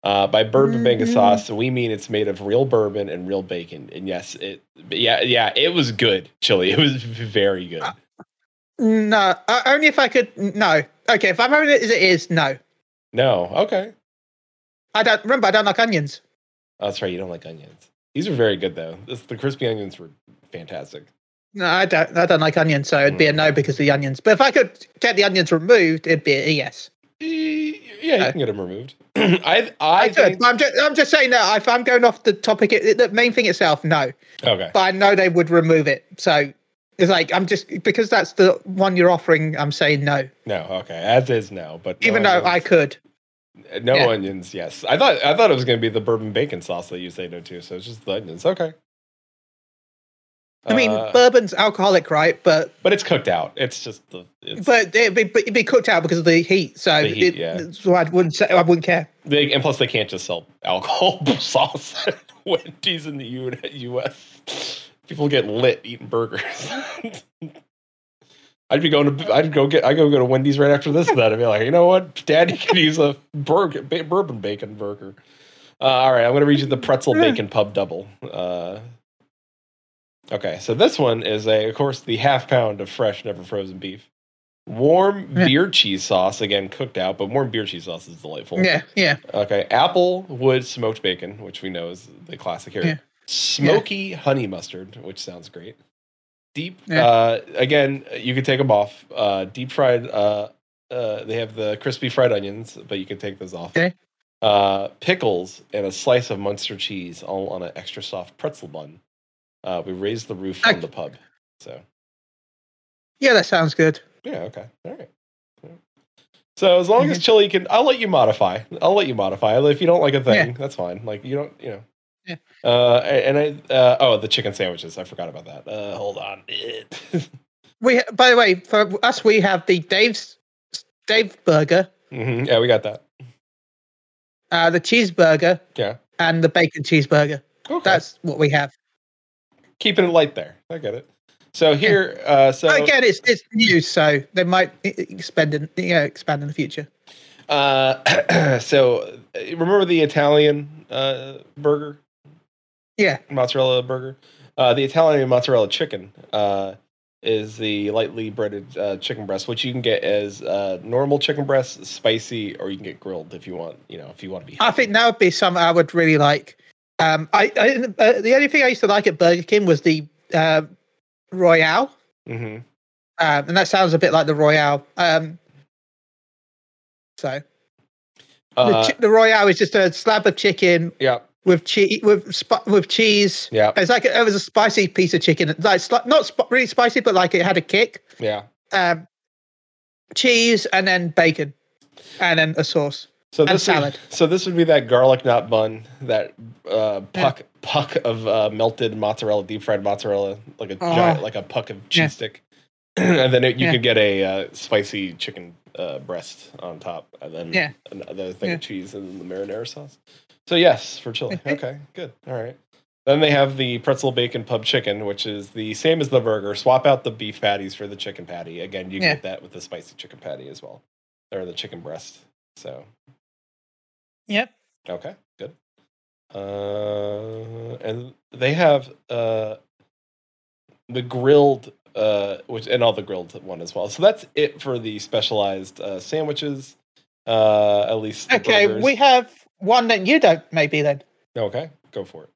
[SPEAKER 1] Uh, by bourbon bacon
[SPEAKER 2] Mhm.
[SPEAKER 1] sauce, we mean it's made of real bourbon and real bacon. And yes, it yeah yeah it was good chili. It was very good.
[SPEAKER 2] No, uh, only if I could. No, okay. If I'm having it as it is, no.
[SPEAKER 1] No, okay,
[SPEAKER 2] I don't remember. I don't like onions.
[SPEAKER 1] oh, that's right. You don't like onions. These are very good though. This, the crispy onions were fantastic.
[SPEAKER 2] No, I don't. I don't like onions, so it'd be a
[SPEAKER 1] Mm.
[SPEAKER 2] no because of the onions. But if I could get the onions removed, it'd be a yes.
[SPEAKER 1] E- Yeah, you can get them removed. I I,
[SPEAKER 2] I, could.
[SPEAKER 1] think,
[SPEAKER 2] but I'm just. I'm just saying that if I'm going off the topic, it, it- the main thing itself, no.
[SPEAKER 1] okay.
[SPEAKER 2] But I know they would remove it, so it's like I'm just because that's the one you're offering. I'm saying no,
[SPEAKER 1] No, okay. As is now, but no
[SPEAKER 2] even though
[SPEAKER 1] onions.
[SPEAKER 2] I could.
[SPEAKER 1] No
[SPEAKER 2] Yeah.
[SPEAKER 1] onions, yes. I thought I thought it was gonna be the bourbon bacon sauce that you say no to, so it's just the onions. Okay.
[SPEAKER 2] I mean,
[SPEAKER 1] Uh,
[SPEAKER 2] bourbon's alcoholic, right? But
[SPEAKER 1] but it's cooked out. It's just the it's,
[SPEAKER 2] but it'd be, but it'd be cooked out because of the heat. So,
[SPEAKER 1] The heat,
[SPEAKER 2] it,
[SPEAKER 1] yeah.
[SPEAKER 2] so I wouldn't say I wouldn't care.
[SPEAKER 1] they, and plus they can't just sell alcohol sauce at Wendy's in the U- U.S. People get lit eating burgers. I'd be going to I'd go get I go go to Wendy's right after this. and That I'd be like, you know what, Daddy could use a burger, ba- bourbon bacon burger. Uh, all right, I'm going to read you the pretzel bacon pub double. Uh, okay, so this one is a, of course, the half pound of fresh, never frozen beef, warm
[SPEAKER 2] Yeah.
[SPEAKER 1] beer cheese sauce, again cooked out, but warm beer cheese sauce is delightful.
[SPEAKER 2] Yeah, yeah.
[SPEAKER 1] Okay, apple wood smoked bacon, which we know is the classic here.
[SPEAKER 2] Yeah.
[SPEAKER 1] Smoky honey mustard, which sounds great. Deep.
[SPEAKER 2] Yeah.
[SPEAKER 1] Uh, again, you could take them off. Uh, deep fried. Uh, uh, they have the crispy fried onions, but you could take those off.
[SPEAKER 2] Okay.
[SPEAKER 1] Uh, pickles and a slice of Munster cheese, all on an extra soft pretzel bun. Uh, we raised the roof on
[SPEAKER 2] Okay.
[SPEAKER 1] the pub. So
[SPEAKER 2] Yeah, that sounds good.
[SPEAKER 1] yeah, okay, all right. So as long
[SPEAKER 2] Mm-hmm.
[SPEAKER 1] as chili can, I'll let you modify. I'll let you modify. If you don't like a thing, that's fine. Like you don't, you know.
[SPEAKER 2] Yeah.
[SPEAKER 1] Uh, and I uh, oh the chicken sandwiches. I forgot about that. Uh, hold on.
[SPEAKER 2] Mm-hmm. We, by the way, for us, we have the Dave's Dave burger,
[SPEAKER 1] hmm Yeah, we got that.
[SPEAKER 2] uh, the cheeseburger,
[SPEAKER 1] Yeah.
[SPEAKER 2] and the bacon cheeseburger.
[SPEAKER 1] Okay.
[SPEAKER 2] That's what we have.
[SPEAKER 1] Keeping it light there. I get it. So here, uh, so
[SPEAKER 2] Again, it's it's new, so they might e- e- expand in you know, expand in the future.
[SPEAKER 1] uh, so uh, remember the Italian uh, burger
[SPEAKER 2] Yeah,
[SPEAKER 1] mozzarella burger. Uh, the Italian mozzarella chicken uh, is the lightly breaded uh, chicken breast, which you can get as uh, normal chicken breast, spicy, or you can get grilled if you want. You know, if you want to be.
[SPEAKER 2] I
[SPEAKER 1] healthy.
[SPEAKER 2] think that would be something I would really like. Um, I, I uh, the only thing I used to like at Burger King was the uh, Royale,
[SPEAKER 1] Mhm.
[SPEAKER 2] um, and that sounds a bit like the Royale. Um, so
[SPEAKER 1] Uh,
[SPEAKER 2] the, chi- the Royale is just a slab of chicken
[SPEAKER 1] yeah,
[SPEAKER 2] with cheese with sp- with cheese.
[SPEAKER 1] yeah,
[SPEAKER 2] It's like it was a spicy piece of chicken, like sli- not sp- really spicy, but like it had a kick.
[SPEAKER 1] yeah.
[SPEAKER 2] Um, cheese and then bacon, and then a sauce.
[SPEAKER 1] So
[SPEAKER 2] And
[SPEAKER 1] this
[SPEAKER 2] salad.
[SPEAKER 1] Would, so this would be that garlic knot bun, that uh, puck puck of uh, melted mozzarella, deep fried mozzarella, like a
[SPEAKER 2] Oh.
[SPEAKER 1] giant, like a puck of cheese
[SPEAKER 2] Yeah.
[SPEAKER 1] stick, and then it, you
[SPEAKER 2] Yeah.
[SPEAKER 1] could get a uh, spicy chicken uh, breast on top, and then
[SPEAKER 2] Yeah.
[SPEAKER 1] another thing
[SPEAKER 2] Yeah.
[SPEAKER 1] of cheese and the marinara sauce. So yes, for chili.
[SPEAKER 2] Mhm.
[SPEAKER 1] Okay, good. All right. Then they have the pretzel bacon pub chicken, which is the same as the burger. Swap out the beef patties for the chicken patty. Again, you
[SPEAKER 2] Yeah.
[SPEAKER 1] get that with the spicy chicken patty as well, or the chicken breast. So
[SPEAKER 2] Yep.
[SPEAKER 1] Okay, good. Uh, and they have uh, the grilled, uh, which and all the grilled one as well. So that's it for the specialized uh, sandwiches. Uh, at least the
[SPEAKER 2] Okay,
[SPEAKER 1] burgers.
[SPEAKER 2] we have one that you don't maybe then
[SPEAKER 1] okay. Go for it.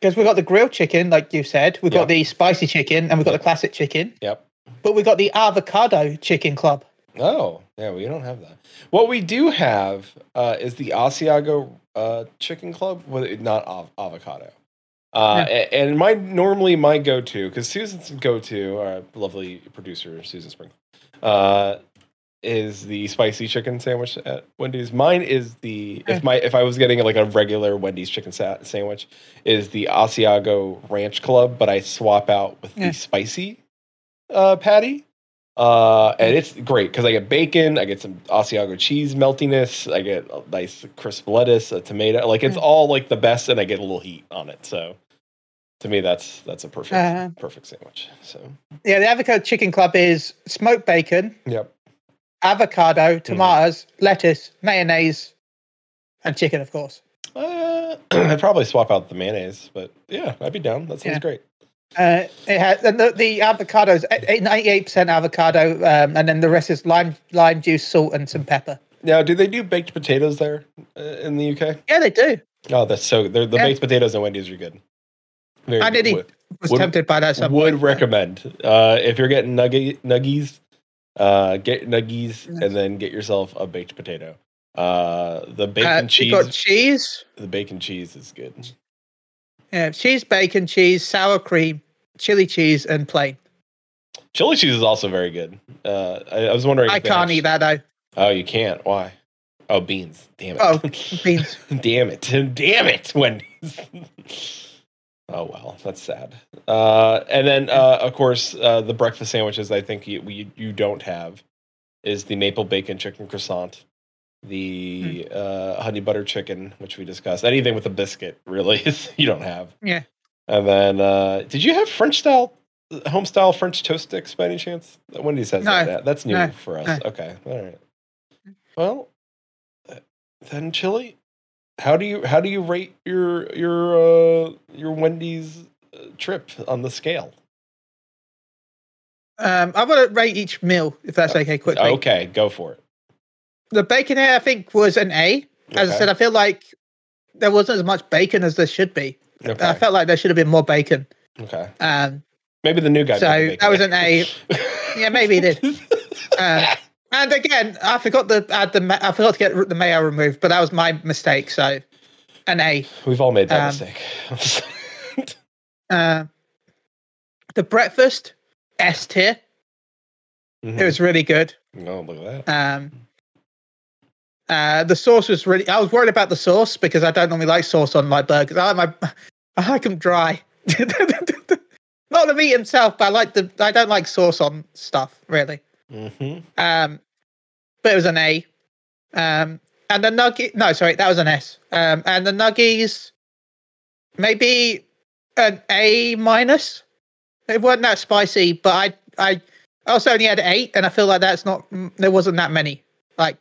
[SPEAKER 2] because we've got the grilled chicken, like you said. We've
[SPEAKER 1] Yeah.
[SPEAKER 2] got the spicy chicken, and we've got the classic chicken.
[SPEAKER 1] Yep.
[SPEAKER 2] But we got the avocado chicken club.
[SPEAKER 1] Oh, yeah, we don't have that. What we do have uh, is the Asiago uh, Chicken Club, with not av- avocado. Uh, a- And my normally my go to because Susan's go to, our lovely producer Susan Sprinkle, uh, is the spicy chicken sandwich at Wendy's. Mine is the if my if I was getting like a regular Wendy's chicken sa- sandwich is the Asiago Ranch Club, but I swap out with
[SPEAKER 2] Yeah.
[SPEAKER 1] the spicy uh, patty. Uh, and it's great because I get bacon, I get some Asiago cheese meltiness, I get a nice crisp lettuce, a tomato. Like it's
[SPEAKER 2] Mm.
[SPEAKER 1] all like the best, and I get a little heat on it. So to me, that's that's a perfect
[SPEAKER 2] Uh-huh.
[SPEAKER 1] perfect sandwich. So
[SPEAKER 2] Yeah, the avocado chicken club is smoked bacon,
[SPEAKER 1] yep,
[SPEAKER 2] avocado,
[SPEAKER 1] Hmm.
[SPEAKER 2] tomatoes, lettuce, mayonnaise, and chicken, of course.
[SPEAKER 1] uh, I'd probably swap out the mayonnaise, but yeah, I'd be down. That sounds
[SPEAKER 2] Yeah.
[SPEAKER 1] great.
[SPEAKER 2] Uh, it has and the, the avocados, e-, ninety-eight percent avocado, um, and then the rest is lime, lime juice, salt, and some pepper.
[SPEAKER 1] Now, do they do baked potatoes there uh, in the UK?
[SPEAKER 2] Yeah, they do.
[SPEAKER 1] Oh, that's so they're, the
[SPEAKER 2] Yeah.
[SPEAKER 1] baked potatoes and Wendy's are good. Very
[SPEAKER 2] I
[SPEAKER 1] good.
[SPEAKER 2] did eat.
[SPEAKER 1] Would-
[SPEAKER 2] Was
[SPEAKER 1] Would-
[SPEAKER 2] tempted by that. Some
[SPEAKER 1] would recommend uh, if you're getting nugget nuggies, uh, get nuggies and then get yourself a baked potato. Uh, the bacon
[SPEAKER 2] Uh,
[SPEAKER 1] cheese,
[SPEAKER 2] You got cheese,
[SPEAKER 1] the bacon cheese is good.
[SPEAKER 2] yeah, cheese, bacon, cheese, sour cream, chili cheese, and plain.
[SPEAKER 1] Chili cheese is also very good. Uh, I, I was wondering.
[SPEAKER 2] I
[SPEAKER 1] if they
[SPEAKER 2] can't
[SPEAKER 1] have-
[SPEAKER 2] eat that though.
[SPEAKER 1] Oh, you can't. Why? Oh, beans. Damn it.
[SPEAKER 2] Oh, beans.
[SPEAKER 1] Damn it. Damn it, Wendy's. oh, well, that's sad. Uh, and then, uh, of course, uh, the breakfast sandwiches I think you, you, you don't have is the maple bacon chicken croissant, the
[SPEAKER 2] Hmm.
[SPEAKER 1] uh, honey butter chicken, which we discussed. Anything with a biscuit, really, is, you don't have.
[SPEAKER 2] Yeah.
[SPEAKER 1] And then, uh, did you have French style, home style French toast sticks by any chance? Wendy's has
[SPEAKER 2] No.
[SPEAKER 1] that. That's new
[SPEAKER 2] No.
[SPEAKER 1] for us.
[SPEAKER 2] No.
[SPEAKER 1] Okay. All right. Well, uh, then chili. How do you how do you rate your your uh, your Wendy's uh, trip on the scale?
[SPEAKER 2] Um, I want to rate each meal if that's okay. Quickly,
[SPEAKER 1] Uh, Okay, go for it.
[SPEAKER 2] the bacon here I think was an A. As I
[SPEAKER 1] Okay,
[SPEAKER 2] said, I feel like there wasn't as much bacon as there should be.
[SPEAKER 1] okay,
[SPEAKER 2] I felt like there should have been more bacon.
[SPEAKER 1] okay.
[SPEAKER 2] Um,
[SPEAKER 1] Maybe the new guy.
[SPEAKER 2] so
[SPEAKER 1] made the bacon.
[SPEAKER 2] that was an A. Yeah, maybe he did. Uh, and again, I forgot to add the ma- I forgot to get the mayo removed, but that was my mistake. So an A.
[SPEAKER 1] We've all made that
[SPEAKER 2] Um,
[SPEAKER 1] mistake. Mm-hmm.
[SPEAKER 2] Uh, the breakfast S tier. It
[SPEAKER 1] Mm-hmm.
[SPEAKER 2] was really good.
[SPEAKER 1] oh, look at that.
[SPEAKER 2] Um, uh, the sauce was really. I was worried about the sauce because I don't normally like sauce on my burgers. I like my, I like them dry. Not the meat himself, but I like the. I don't like sauce on stuff really.
[SPEAKER 1] Mm-hmm.
[SPEAKER 2] Um, but it was an A. Um, and the nugget. No, sorry, that was an S. Um, and the nuggies, maybe an A minus. They weren't that spicy, but I I also only had eight, and I feel like that's not. mm, There wasn't that many. Like,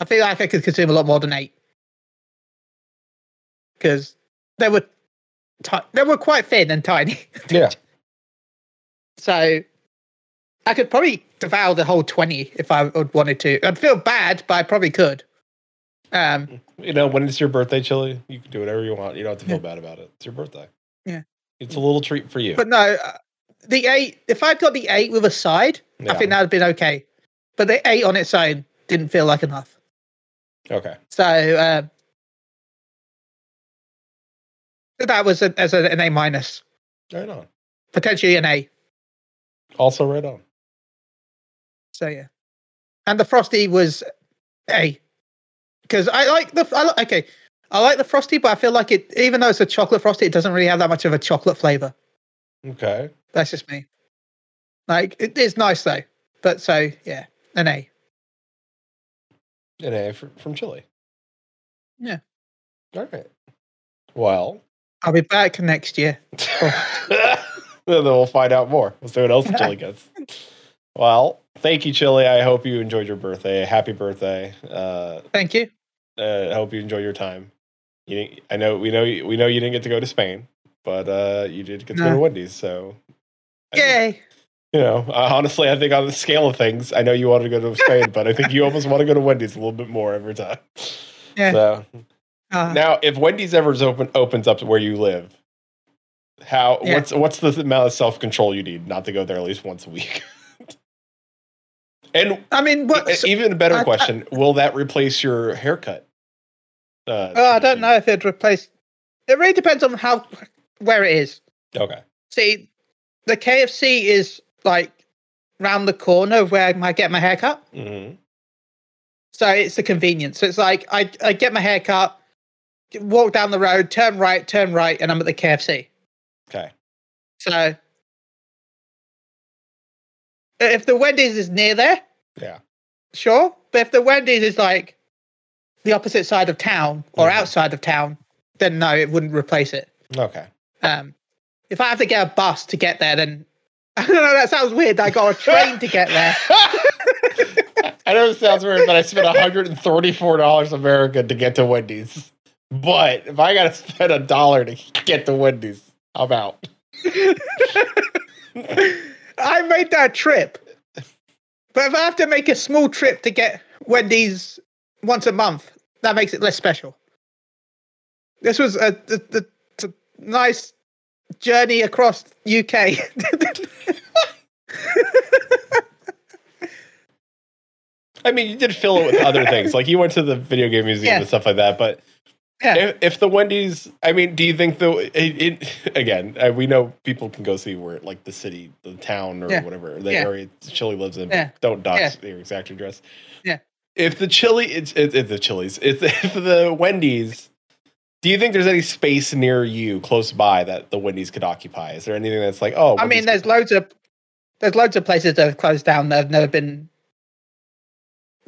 [SPEAKER 2] I feel like I could consume a lot more than eight because they were ti- they were quite thin and tiny.
[SPEAKER 1] Yeah.
[SPEAKER 2] So I could probably devour the whole 20 if I would wanted to. I'd feel bad, but I probably could. Um,
[SPEAKER 1] You know, when it's your birthday, Chili, you can do whatever you want. You don't have to feel bad about it. It's your birthday.
[SPEAKER 2] Yeah.
[SPEAKER 1] It's a little treat for you.
[SPEAKER 2] but no, uh, the eight, if I'd got the eight with a side,
[SPEAKER 1] yeah.
[SPEAKER 2] I think that would have been okay. But the eight on its own didn't feel like enough.
[SPEAKER 1] okay.
[SPEAKER 2] So uh, that was a, as a, an A minus,
[SPEAKER 1] Right on.
[SPEAKER 2] potentially an A.
[SPEAKER 1] Also, right on.
[SPEAKER 2] So yeah, and the frosty was A because I like the I like, okay. I like the frosty, but I feel like it, even though it's a chocolate frosty, it doesn't really have that much of a chocolate flavor.
[SPEAKER 1] Okay.
[SPEAKER 2] That's just me. Like it is nice though, but so yeah, an A.
[SPEAKER 1] An A fr- from Chile.
[SPEAKER 2] Yeah.
[SPEAKER 1] All right. Well,
[SPEAKER 2] I'll be back next year.
[SPEAKER 1] then we'll find out more. We'll see what else Chili gets. Well, thank you, Chili. I hope you enjoyed your birthday. Happy birthday. Uh,
[SPEAKER 2] Thank you.
[SPEAKER 1] uh, I hope you enjoy your time. You didn't, I know we know you- we know you didn't get to go to Spain, but uh, you did get to go to
[SPEAKER 2] No.
[SPEAKER 1] Wendy's. So, I think-
[SPEAKER 2] Yay!
[SPEAKER 1] you know, uh, honestly, I think on the scale of things, I know you want to go to Spain, but I think you almost want to go to Wendy's a little bit more every time.
[SPEAKER 2] Yeah.
[SPEAKER 1] So
[SPEAKER 2] Uh, Uh-huh.
[SPEAKER 1] now, if Wendy's ever is open, opens up to where you live, How
[SPEAKER 2] Yeah.
[SPEAKER 1] what's what's the amount of self control you need not to go there at least once a week? and
[SPEAKER 2] I mean, what?
[SPEAKER 1] e- even a better
[SPEAKER 2] I- I-
[SPEAKER 1] question: Will that replace your haircut? Uh,
[SPEAKER 2] oh, I don't know if it'd replace. It really depends on how where it is.
[SPEAKER 1] Okay.
[SPEAKER 2] See, the KFC is like round the corner of where I might get my haircut,
[SPEAKER 1] hmm
[SPEAKER 2] so it's a convenience. So it's like I I get my haircut, walk down the road, turn right, turn right, and I'm at the KFC.
[SPEAKER 1] Okay.
[SPEAKER 2] So if the Wendy's is near there,
[SPEAKER 1] Yeah.
[SPEAKER 2] sure. But if the Wendy's is like the opposite side of town or
[SPEAKER 1] Mhm.
[SPEAKER 2] outside of town, then no, it wouldn't replace it.
[SPEAKER 1] Okay.
[SPEAKER 2] Um, if I have to get a bus to get there, then I don't know. That sounds weird. I got a train to get there.
[SPEAKER 1] I know it sounds weird, but I spent $134 American to get to Wendy's. But if I got to spend a dollar to get to Wendy's, I'm out.
[SPEAKER 2] I made that trip. But if I have to make a small trip to get Wendy's once a month, that makes it less special. This was a, the the the nice journey across UK.
[SPEAKER 1] I mean, you did fill it with other things. Like you went to the video game museum
[SPEAKER 2] Yeah.
[SPEAKER 1] and stuff like that. But
[SPEAKER 2] Yeah.
[SPEAKER 1] if, if the Wendy's, I mean, do you think the, it, it, again, uh, we know people can go see where like the city, the town or
[SPEAKER 2] Yeah.
[SPEAKER 1] whatever, the
[SPEAKER 2] Yeah.
[SPEAKER 1] area Chili lives in. but
[SPEAKER 2] Yeah.
[SPEAKER 1] Don't dox your exact address.
[SPEAKER 2] Yeah.
[SPEAKER 1] If the Chili, it's, it's, it's the Chili's, if, if the Wendy's, do you think there's any space near you close by that the Wendy's could occupy? Is there anything that's like, oh,
[SPEAKER 2] I mean,
[SPEAKER 1] Wendy's-
[SPEAKER 2] there's loads of there's loads of places that have closed down that have never been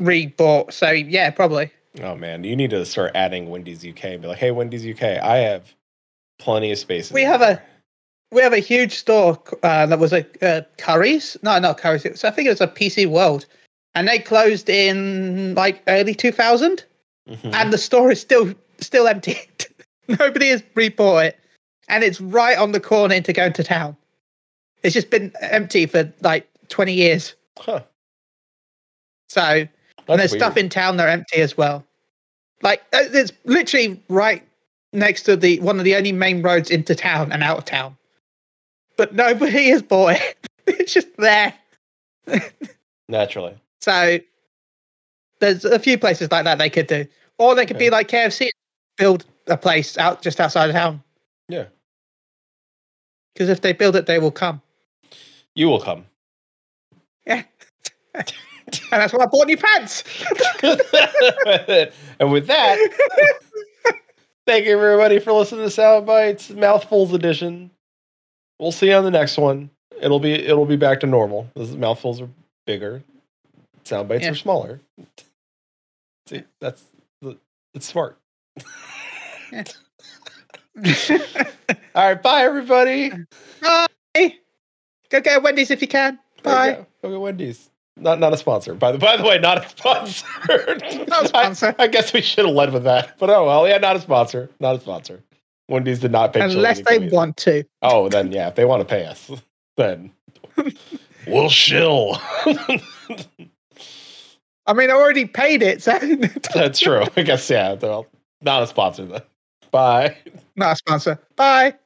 [SPEAKER 2] rebought. So yeah, probably.
[SPEAKER 1] Oh man, you need to start adding Wendy's UK and be like, "Hey, Wendy's UK, I have plenty of space." in
[SPEAKER 2] We
[SPEAKER 1] the
[SPEAKER 2] have
[SPEAKER 1] car."
[SPEAKER 2] We have a huge store uh, that was a uh, Curry's. No, not Curry's. It was, I think it was a PC World, and they closed in like early 2000,
[SPEAKER 1] Mhm.
[SPEAKER 2] and the store is still still empty. Nobody has rebought it, and it's right on the corner into going to town. It's just been empty for like 20 years.
[SPEAKER 1] Huh,
[SPEAKER 2] So and
[SPEAKER 1] that's
[SPEAKER 2] there's stuff
[SPEAKER 1] weird.
[SPEAKER 2] in town that are empty as well. Like uh, it's literally right next to the one of the only main roads into town and out of town. But nobody has bought it. it's just there.
[SPEAKER 1] naturally.
[SPEAKER 2] So there's a few places like that they could do, or they could
[SPEAKER 1] Okay.
[SPEAKER 2] be like KFC, build a place out just outside of town.
[SPEAKER 1] Yeah.
[SPEAKER 2] Because if they build it, they will come.
[SPEAKER 1] You will come.
[SPEAKER 2] And that's why I bought new pants.
[SPEAKER 1] and with that, thank you everybody for listening to Sound Bites Mouthfuls Edition. We'll see you on the next one. It'll be it'll be back to normal. This is- mouthfuls are bigger, sound bites
[SPEAKER 2] Yeah.
[SPEAKER 1] are smaller. See, that's it's smart. All right, bye everybody.
[SPEAKER 2] Bye. Go get Wendy's if you can.
[SPEAKER 1] There you
[SPEAKER 2] Bye.
[SPEAKER 1] Go. Go get Wendy's. Not not a sponsor. By the by the way, not a sponsor.
[SPEAKER 2] Not a sponsor.
[SPEAKER 1] I, I guess we should have led with that. But oh well, yeah, not a sponsor. Not a sponsor. Wendy's did not pay. Chili
[SPEAKER 2] Unless
[SPEAKER 1] to
[SPEAKER 2] they
[SPEAKER 1] come in.
[SPEAKER 2] want to.
[SPEAKER 1] Oh, then yeah, if they want to pay us, then we'll shill.
[SPEAKER 2] I mean, I already paid it, so
[SPEAKER 1] That's true. I guess yeah. Well, not a sponsor then. Bye.
[SPEAKER 2] not a sponsor. Bye.